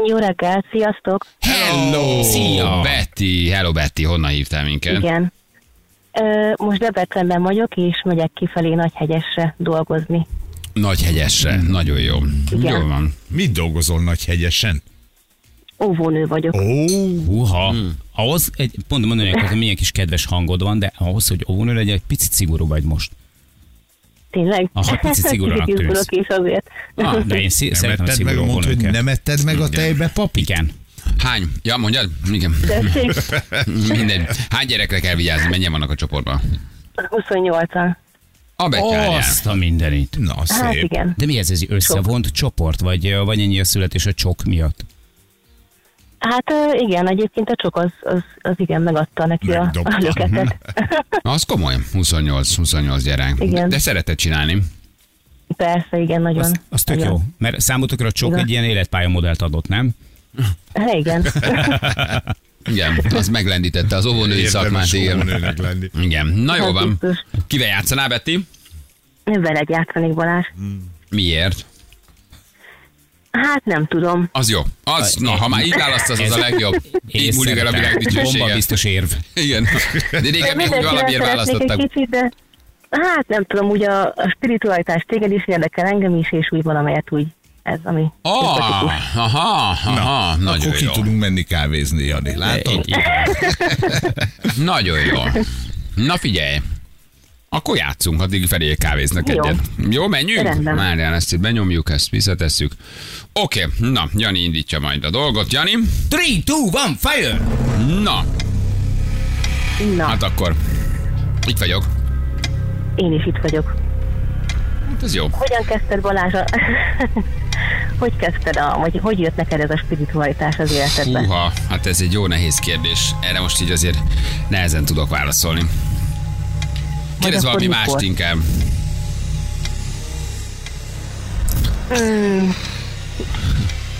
[SPEAKER 6] Jó reggel, sziasztok!
[SPEAKER 2] Hello!
[SPEAKER 4] Szia!
[SPEAKER 2] Betty! Hello, Betty! Honnan hívtál minket?
[SPEAKER 6] Igen. Ö, most Debrecenben vagyok, és megyek kifelé Nagyhegyesre dolgozni.
[SPEAKER 2] Nagyhegyesre. Nagyon jó.
[SPEAKER 6] Igen.
[SPEAKER 2] Jól van.
[SPEAKER 3] Mit dolgozol Nagyhegyesen?
[SPEAKER 6] Óvónő vagyok.
[SPEAKER 3] Ó,
[SPEAKER 4] Húha. Hmm. Ahhoz, egy, pont mondani, akartam, hogy milyen kis kedves hangod van, de ahhoz, hogy óvónő legyen, egy picit szigorú vagy most.
[SPEAKER 6] Tényleg?
[SPEAKER 4] Aha, picit szigorúnak
[SPEAKER 6] <laughs> Kicsit
[SPEAKER 4] tűnsz.
[SPEAKER 6] izgulok is azért.
[SPEAKER 4] Ah, de én szí-
[SPEAKER 3] nem
[SPEAKER 4] szeretem a
[SPEAKER 3] etted meg,
[SPEAKER 4] szigorú
[SPEAKER 3] mondd, hogy
[SPEAKER 4] óvónőket.
[SPEAKER 3] nem etted meg a tejbe papit?
[SPEAKER 4] Igen.
[SPEAKER 2] Hány? Ja, mondjad? Igen.
[SPEAKER 4] <laughs>
[SPEAKER 6] Tessék,
[SPEAKER 2] Mindegy. Hány gyerekre kell vigyázni? Mennyien vannak a csoportban?
[SPEAKER 6] 28-an.
[SPEAKER 2] A betyárján.
[SPEAKER 4] Azt a mindenit.
[SPEAKER 3] Na, szép.
[SPEAKER 6] Hát igen.
[SPEAKER 4] De mi ez, ez egy összevont csoport, vagy, vagy ennyi a születés a csok miatt?
[SPEAKER 6] Hát ö, igen, egyébként a csok az, az, az igen megadta neki a,
[SPEAKER 3] Megdobta.
[SPEAKER 6] a löketet.
[SPEAKER 4] Mhm.
[SPEAKER 2] Az komoly. 28-28 gyerek.
[SPEAKER 6] Igen.
[SPEAKER 2] De szereted csinálni.
[SPEAKER 6] <laughs> Persze, igen, nagyon.
[SPEAKER 4] Az, az tök
[SPEAKER 6] nagyon.
[SPEAKER 4] jó, mert számotokra a csok
[SPEAKER 6] Igen.
[SPEAKER 4] egy ilyen életpályamodellt adott, nem?
[SPEAKER 6] Hát
[SPEAKER 4] <laughs>
[SPEAKER 6] <laughs> igen.
[SPEAKER 2] Igen, az meglendítette az óvónői szakmát.
[SPEAKER 3] Érdemes
[SPEAKER 2] Igen.
[SPEAKER 3] óvónőnek lenni.
[SPEAKER 2] igen. Na jó
[SPEAKER 6] Hát
[SPEAKER 2] van.
[SPEAKER 6] biztos.
[SPEAKER 2] Kivel játszanál, Betty?
[SPEAKER 6] Veled játszanék Balázs.
[SPEAKER 2] Miért?
[SPEAKER 6] Hát nem tudom.
[SPEAKER 2] Az jó. Az, na, ha már így választasz, az a legjobb. Így múlik el a világ
[SPEAKER 4] Bomba
[SPEAKER 2] dicsősége.
[SPEAKER 4] biztos érv. <laughs>
[SPEAKER 2] Igen. De régen még úgy
[SPEAKER 6] Mindenkivel
[SPEAKER 2] valamiért
[SPEAKER 6] szeretnék
[SPEAKER 2] választottak.
[SPEAKER 6] Egy kicsit, de hát nem tudom, ugye a, a spiritualitás téged is érdekel, engem is, és úgy valamelyet úgy ez, ami
[SPEAKER 2] Ah,
[SPEAKER 6] szimpatikus.
[SPEAKER 2] aha, aha,
[SPEAKER 3] Na,
[SPEAKER 2] nagyon
[SPEAKER 3] akkor ki
[SPEAKER 2] jó.
[SPEAKER 3] tudunk menni kávézni, Jani, látod?
[SPEAKER 2] Nagyon jó. Na figyelj, akkor játszunk, addig felé kávéznak
[SPEAKER 6] Jó.
[SPEAKER 2] egyet. Jó, menjünk?
[SPEAKER 6] Rendben.
[SPEAKER 2] Márján, ezt itt benyomjuk, ezt visszatesszük. Oké, na, Jani indítja majd a dolgot. Jani,
[SPEAKER 4] 3, 2, 1, fire!
[SPEAKER 2] na,
[SPEAKER 6] Na,
[SPEAKER 2] hát akkor itt vagyok.
[SPEAKER 6] én is itt vagyok.
[SPEAKER 2] Hát ez jó.
[SPEAKER 6] Hogyan kezdted Balázs? A... <laughs> hogy kezdted, a, vagy hogy jött neked ez a spiritualitás az életedbe?
[SPEAKER 2] Húha, hát ez egy jó nehéz kérdés. Erre most így azért nehezen tudok válaszolni. Kérdezz
[SPEAKER 6] akkor
[SPEAKER 2] valami
[SPEAKER 6] mikor?
[SPEAKER 2] mást inkább.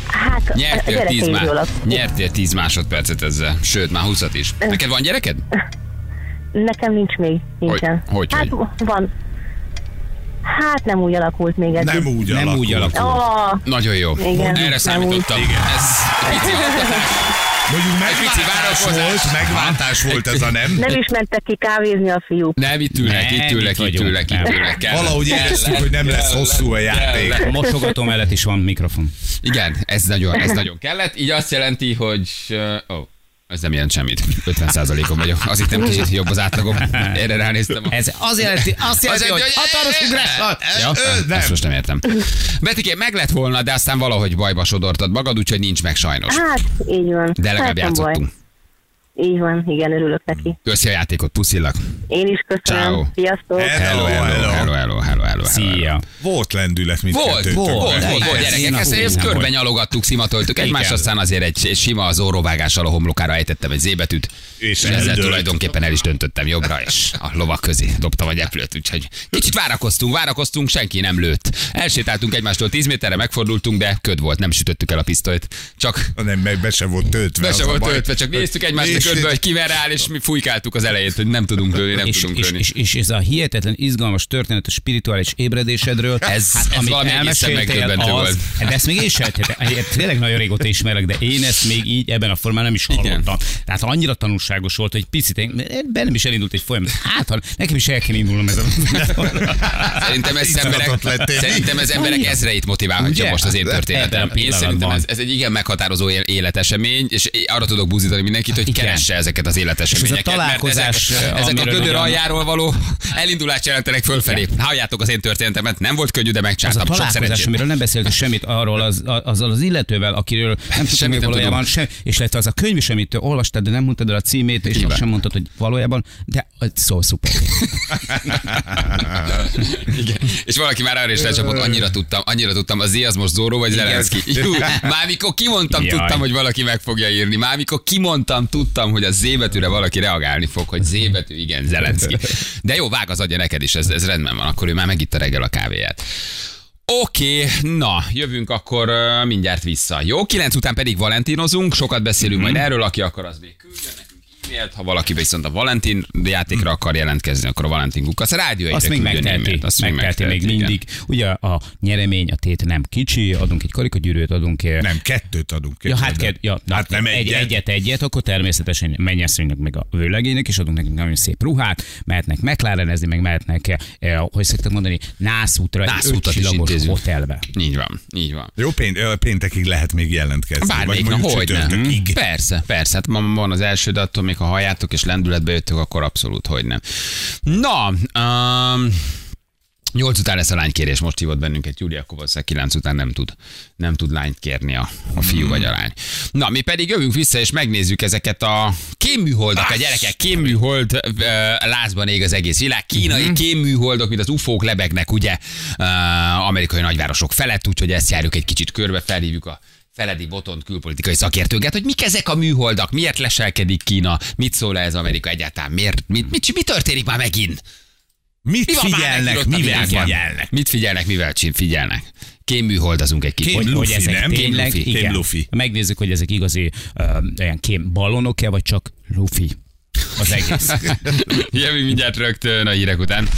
[SPEAKER 6] Hát, a
[SPEAKER 2] Nyertél 10,
[SPEAKER 6] gyerekeimről
[SPEAKER 2] má-
[SPEAKER 6] alak-
[SPEAKER 2] nyertél 10 másodpercet ezzel, sőt, már 20 is. Neked van gyereked?
[SPEAKER 6] Nekem nincs még, nincsen.
[SPEAKER 2] Hogy- hogy
[SPEAKER 6] hát van. Hát nem úgy alakult még eddig.
[SPEAKER 3] Nem úgy
[SPEAKER 4] Nem
[SPEAKER 3] alakul.
[SPEAKER 4] úgy alakul.
[SPEAKER 6] Ó,
[SPEAKER 2] Nagyon jó.
[SPEAKER 6] Igen.
[SPEAKER 2] Erre
[SPEAKER 6] Nem
[SPEAKER 2] számítottam. Igen. Ez pici alkotás.
[SPEAKER 3] Mondjuk
[SPEAKER 2] pici
[SPEAKER 3] megváltás
[SPEAKER 2] várakozás.
[SPEAKER 3] volt, megváltás volt ez a nem.
[SPEAKER 6] nem is mentek ki kávézni a fiúk.
[SPEAKER 2] Nem, itt ülnek,
[SPEAKER 4] Nem,
[SPEAKER 2] itt
[SPEAKER 4] itt
[SPEAKER 2] ülnek, itt
[SPEAKER 4] vagyunk.
[SPEAKER 2] ülnek, itt
[SPEAKER 4] Nem.
[SPEAKER 2] ülnek. Kell.
[SPEAKER 3] Valahogy éreztük, hogy nem lesz hosszú a játék.
[SPEAKER 4] A mosogató mellett is van mikrofon.
[SPEAKER 2] Igen, ez nagyon, ez nagyon kellett. Így azt jelenti, hogy... ö, Ó, ez nem jelent semmit. 50%-on vagyok. Az itt nem kicsit jobb az átlagom. Erre ránéztem.
[SPEAKER 4] Ez az jelenti, azt jelenti,
[SPEAKER 2] jelenti,
[SPEAKER 4] hogy
[SPEAKER 2] hogy-
[SPEAKER 4] határos ugrással.
[SPEAKER 2] Ja,
[SPEAKER 3] Ö, nem.
[SPEAKER 2] ezt most nem értem. Betikém, meg lett volna, de aztán valahogy bajba sodortad magad, úgyhogy nincs meg sajnos.
[SPEAKER 6] Hát, így van.
[SPEAKER 2] De legalább
[SPEAKER 6] hát, nem baj.
[SPEAKER 2] játszottunk.
[SPEAKER 6] Így van, igen, örülök neki.
[SPEAKER 2] Köszi a játékot, puszillak.
[SPEAKER 6] Én is köszönöm.
[SPEAKER 2] Ciao.
[SPEAKER 6] Sziasztok!
[SPEAKER 3] Ez-
[SPEAKER 2] Hello, hello, hello, hello, hello, hello, hello.
[SPEAKER 4] Szia.
[SPEAKER 3] Volt lendület
[SPEAKER 2] Volt, volt,
[SPEAKER 3] mindkettőtök.
[SPEAKER 2] volt, volt, volt,
[SPEAKER 4] Ez
[SPEAKER 2] gyerekek.
[SPEAKER 4] én
[SPEAKER 2] Ezt,
[SPEAKER 4] abban
[SPEAKER 2] ezt
[SPEAKER 4] nem
[SPEAKER 2] körben
[SPEAKER 4] volt.
[SPEAKER 2] nyalogattuk, szimatoltuk egymást,
[SPEAKER 4] Igen.
[SPEAKER 2] aztán azért egy egy sima az óróvágással a homlokára ejtettem egy zébetűt, és,
[SPEAKER 3] És
[SPEAKER 2] ezzel
[SPEAKER 3] eldőlt.
[SPEAKER 2] tulajdonképpen el is döntöttem jobbra, és a lovak közé dobtam a gyeplőt, úgyhogy kicsit várakoztunk, várakoztunk, senki nem lőtt. Elsétáltunk egymástól 10 méterre, megfordultunk, de köd volt, nem sütöttük el a pisztolyt, csak
[SPEAKER 3] Nem, meg be se volt töltve.
[SPEAKER 2] be
[SPEAKER 3] az
[SPEAKER 2] se
[SPEAKER 3] a
[SPEAKER 2] volt
[SPEAKER 3] baj.
[SPEAKER 2] töltve, csak néztük egymást a
[SPEAKER 3] Nézd,
[SPEAKER 2] ködbe, hogy kivel áll, és mi fújkáltuk az elejét, hogy nem tudunk lőni, nem
[SPEAKER 4] és,
[SPEAKER 2] tudunk
[SPEAKER 4] és,
[SPEAKER 2] lőni.
[SPEAKER 4] és, és, ez a hihetetlen izgalmas történet a spirituális ébredésedről.
[SPEAKER 2] <laughs> Hát Ez- ez valami egészen megdöbbentő
[SPEAKER 4] az, Hát
[SPEAKER 2] volt.
[SPEAKER 4] de ezt még én sem eltettem. Tényleg nagyon régóta ismerek, de én ezt még így ebben a formán nem is hallottam. Tehát annyira tanulságos volt, hogy picit én, bennem is elindult egy folyamat. Hát, ha nekem is el kell indulnom ezen.
[SPEAKER 2] <laughs> Szerintem ez
[SPEAKER 3] Izgatott
[SPEAKER 2] emberek,
[SPEAKER 3] lettél.
[SPEAKER 2] szerintem ez emberek
[SPEAKER 4] Annyira.
[SPEAKER 2] ezreit motiválhatja
[SPEAKER 4] Ugye?
[SPEAKER 2] most az én
[SPEAKER 4] Hát
[SPEAKER 2] történetem.
[SPEAKER 4] ebben a
[SPEAKER 2] Én szerintem
[SPEAKER 4] pillanatban.
[SPEAKER 2] ez, ez egy igen meghatározó él- életesemény, és én arra tudok búzítani mindenkit, hogy
[SPEAKER 4] Igen.
[SPEAKER 2] keresse ezeket az életeseményeket.
[SPEAKER 4] És ez a
[SPEAKER 2] mert
[SPEAKER 4] találkozás,
[SPEAKER 2] ezek, ezek a
[SPEAKER 4] amiről
[SPEAKER 2] gödör
[SPEAKER 4] nagyon-
[SPEAKER 2] aljáról való elindulást jelentenek fölfelé. Halljátok az én történetemet, nem volt könnyű, de
[SPEAKER 4] Az a
[SPEAKER 2] megcsáltam. Sok
[SPEAKER 4] találkozás,
[SPEAKER 2] szerencsét.
[SPEAKER 4] amiről nem beszéltünk semmit arról az, a- azzal az illetővel, akiről nem tudtunk
[SPEAKER 2] Semmit
[SPEAKER 4] még
[SPEAKER 2] nem
[SPEAKER 4] valójában
[SPEAKER 2] tudunk.
[SPEAKER 4] sem, és lehet az a könyv is, amit te olvastad, de nem mondtad el a címét, és
[SPEAKER 2] Így van.
[SPEAKER 4] azt sem mondtad, hogy valójában, de szó szuper.
[SPEAKER 2] Igen. És valaki már arra is lecsapott, annyira tudtam, annyira tudtam, az az most Zoró vagy Zelenszky. Jú, már mikor kimondtam,
[SPEAKER 4] Jaj.
[SPEAKER 2] tudtam, hogy valaki meg fogja írni. Már mikor kimondtam, tudtam, hogy a Z betűre valaki reagálni fog, hogy Z betű, igen, Zelenszky. De jó, vág az adja neked is, ez, ez rendben van, akkor ő már megitta reggel a kávéját. Oké, na, jövünk akkor ö, mindjárt vissza. Jó, kilenc után pedig valentinozunk, sokat beszélünk
[SPEAKER 4] Mhm.
[SPEAKER 2] majd erről, aki akar, az még küldje nekünk e-mailt, ha valaki viszont a Valentin játékra akar jelentkezni, akkor a Valentin kukac rádió
[SPEAKER 4] Azt még
[SPEAKER 2] küldjön
[SPEAKER 4] megteheti,
[SPEAKER 2] e-mailt, azt még
[SPEAKER 4] megteheti még
[SPEAKER 2] megteheti, igen.
[SPEAKER 4] mindig. Ugye a nyeremény, a tét nem kicsi, adunk egy karikagyűrűt, adunk eh,
[SPEAKER 3] Nem, kettőt adunk.
[SPEAKER 4] Ja,
[SPEAKER 3] képzeld
[SPEAKER 4] hát,
[SPEAKER 3] el.
[SPEAKER 4] kell, ja, na,
[SPEAKER 3] hát nem
[SPEAKER 4] egy,
[SPEAKER 3] egyet.
[SPEAKER 4] egyet, egyet, akkor természetesen mennyasszonynak meg a vőlegénynek, és adunk nekünk nagyon szép ruhát, mehetnek McLarenezni, meg mehetnek, eh, hogy szoktak mondani, nászútra,
[SPEAKER 2] Nászútat
[SPEAKER 4] nászútra
[SPEAKER 2] is
[SPEAKER 4] egy ötcsillagos
[SPEAKER 2] intézünk.
[SPEAKER 4] hotelbe.
[SPEAKER 2] Így van, így van.
[SPEAKER 3] Jó, pént, ö, péntekig lehet még jelentkezni.
[SPEAKER 2] Bármelyik,
[SPEAKER 3] vagy
[SPEAKER 2] na
[SPEAKER 3] mondjuk
[SPEAKER 2] hogy nem.
[SPEAKER 3] csütörtökig.
[SPEAKER 2] Persze, persze. Hát ma van az első, de attól még ha halljátok és lendületbe jöttök, akkor abszolút hogy nem. Na, um, Nyolc után lesz a lánykérés, most hívott bennünket Júlia Kovalszak, kilenc után nem tud, nem tud lányt kérni a, a fiú vagy a lány. Na, mi pedig jövünk vissza, és megnézzük ezeket a kémműholdak, a gyerekek, kémműhold ö, lázban ég az egész világ, kínai mm-hmm. kémműholdok, mint az ufók lebegnek, ugye, ö, amerikai nagyvárosok felett, úgyhogy ezt járjuk egy kicsit körbe, felhívjuk a Feledi Botont külpolitikai szakértőket, hogy mik ezek a műholdak, miért leselkedik Kína, mit szól ez Amerika egyáltalán, miért, mit, mit, mi történik már megint?
[SPEAKER 3] Mit
[SPEAKER 2] Mi van már
[SPEAKER 3] figyelnek,
[SPEAKER 2] megnyugodt a
[SPEAKER 3] mivel
[SPEAKER 2] világban?
[SPEAKER 3] figyelnek?
[SPEAKER 2] Mit figyelnek, mivel csin figyelnek? Kémműholdazunk egy kicsit.
[SPEAKER 3] Kém
[SPEAKER 4] Hogy,
[SPEAKER 3] lufi,
[SPEAKER 4] hogy ezek
[SPEAKER 3] nem?
[SPEAKER 4] tényleg,
[SPEAKER 3] Kém lufi.
[SPEAKER 4] igen.
[SPEAKER 3] Kém lufi.
[SPEAKER 4] Megnézzük, hogy ezek igazi ö, olyan kém ballonok-e, vagy csak lufi az egész.
[SPEAKER 3] <laughs>
[SPEAKER 2] Jövünk mindjárt rögtön a hírek után.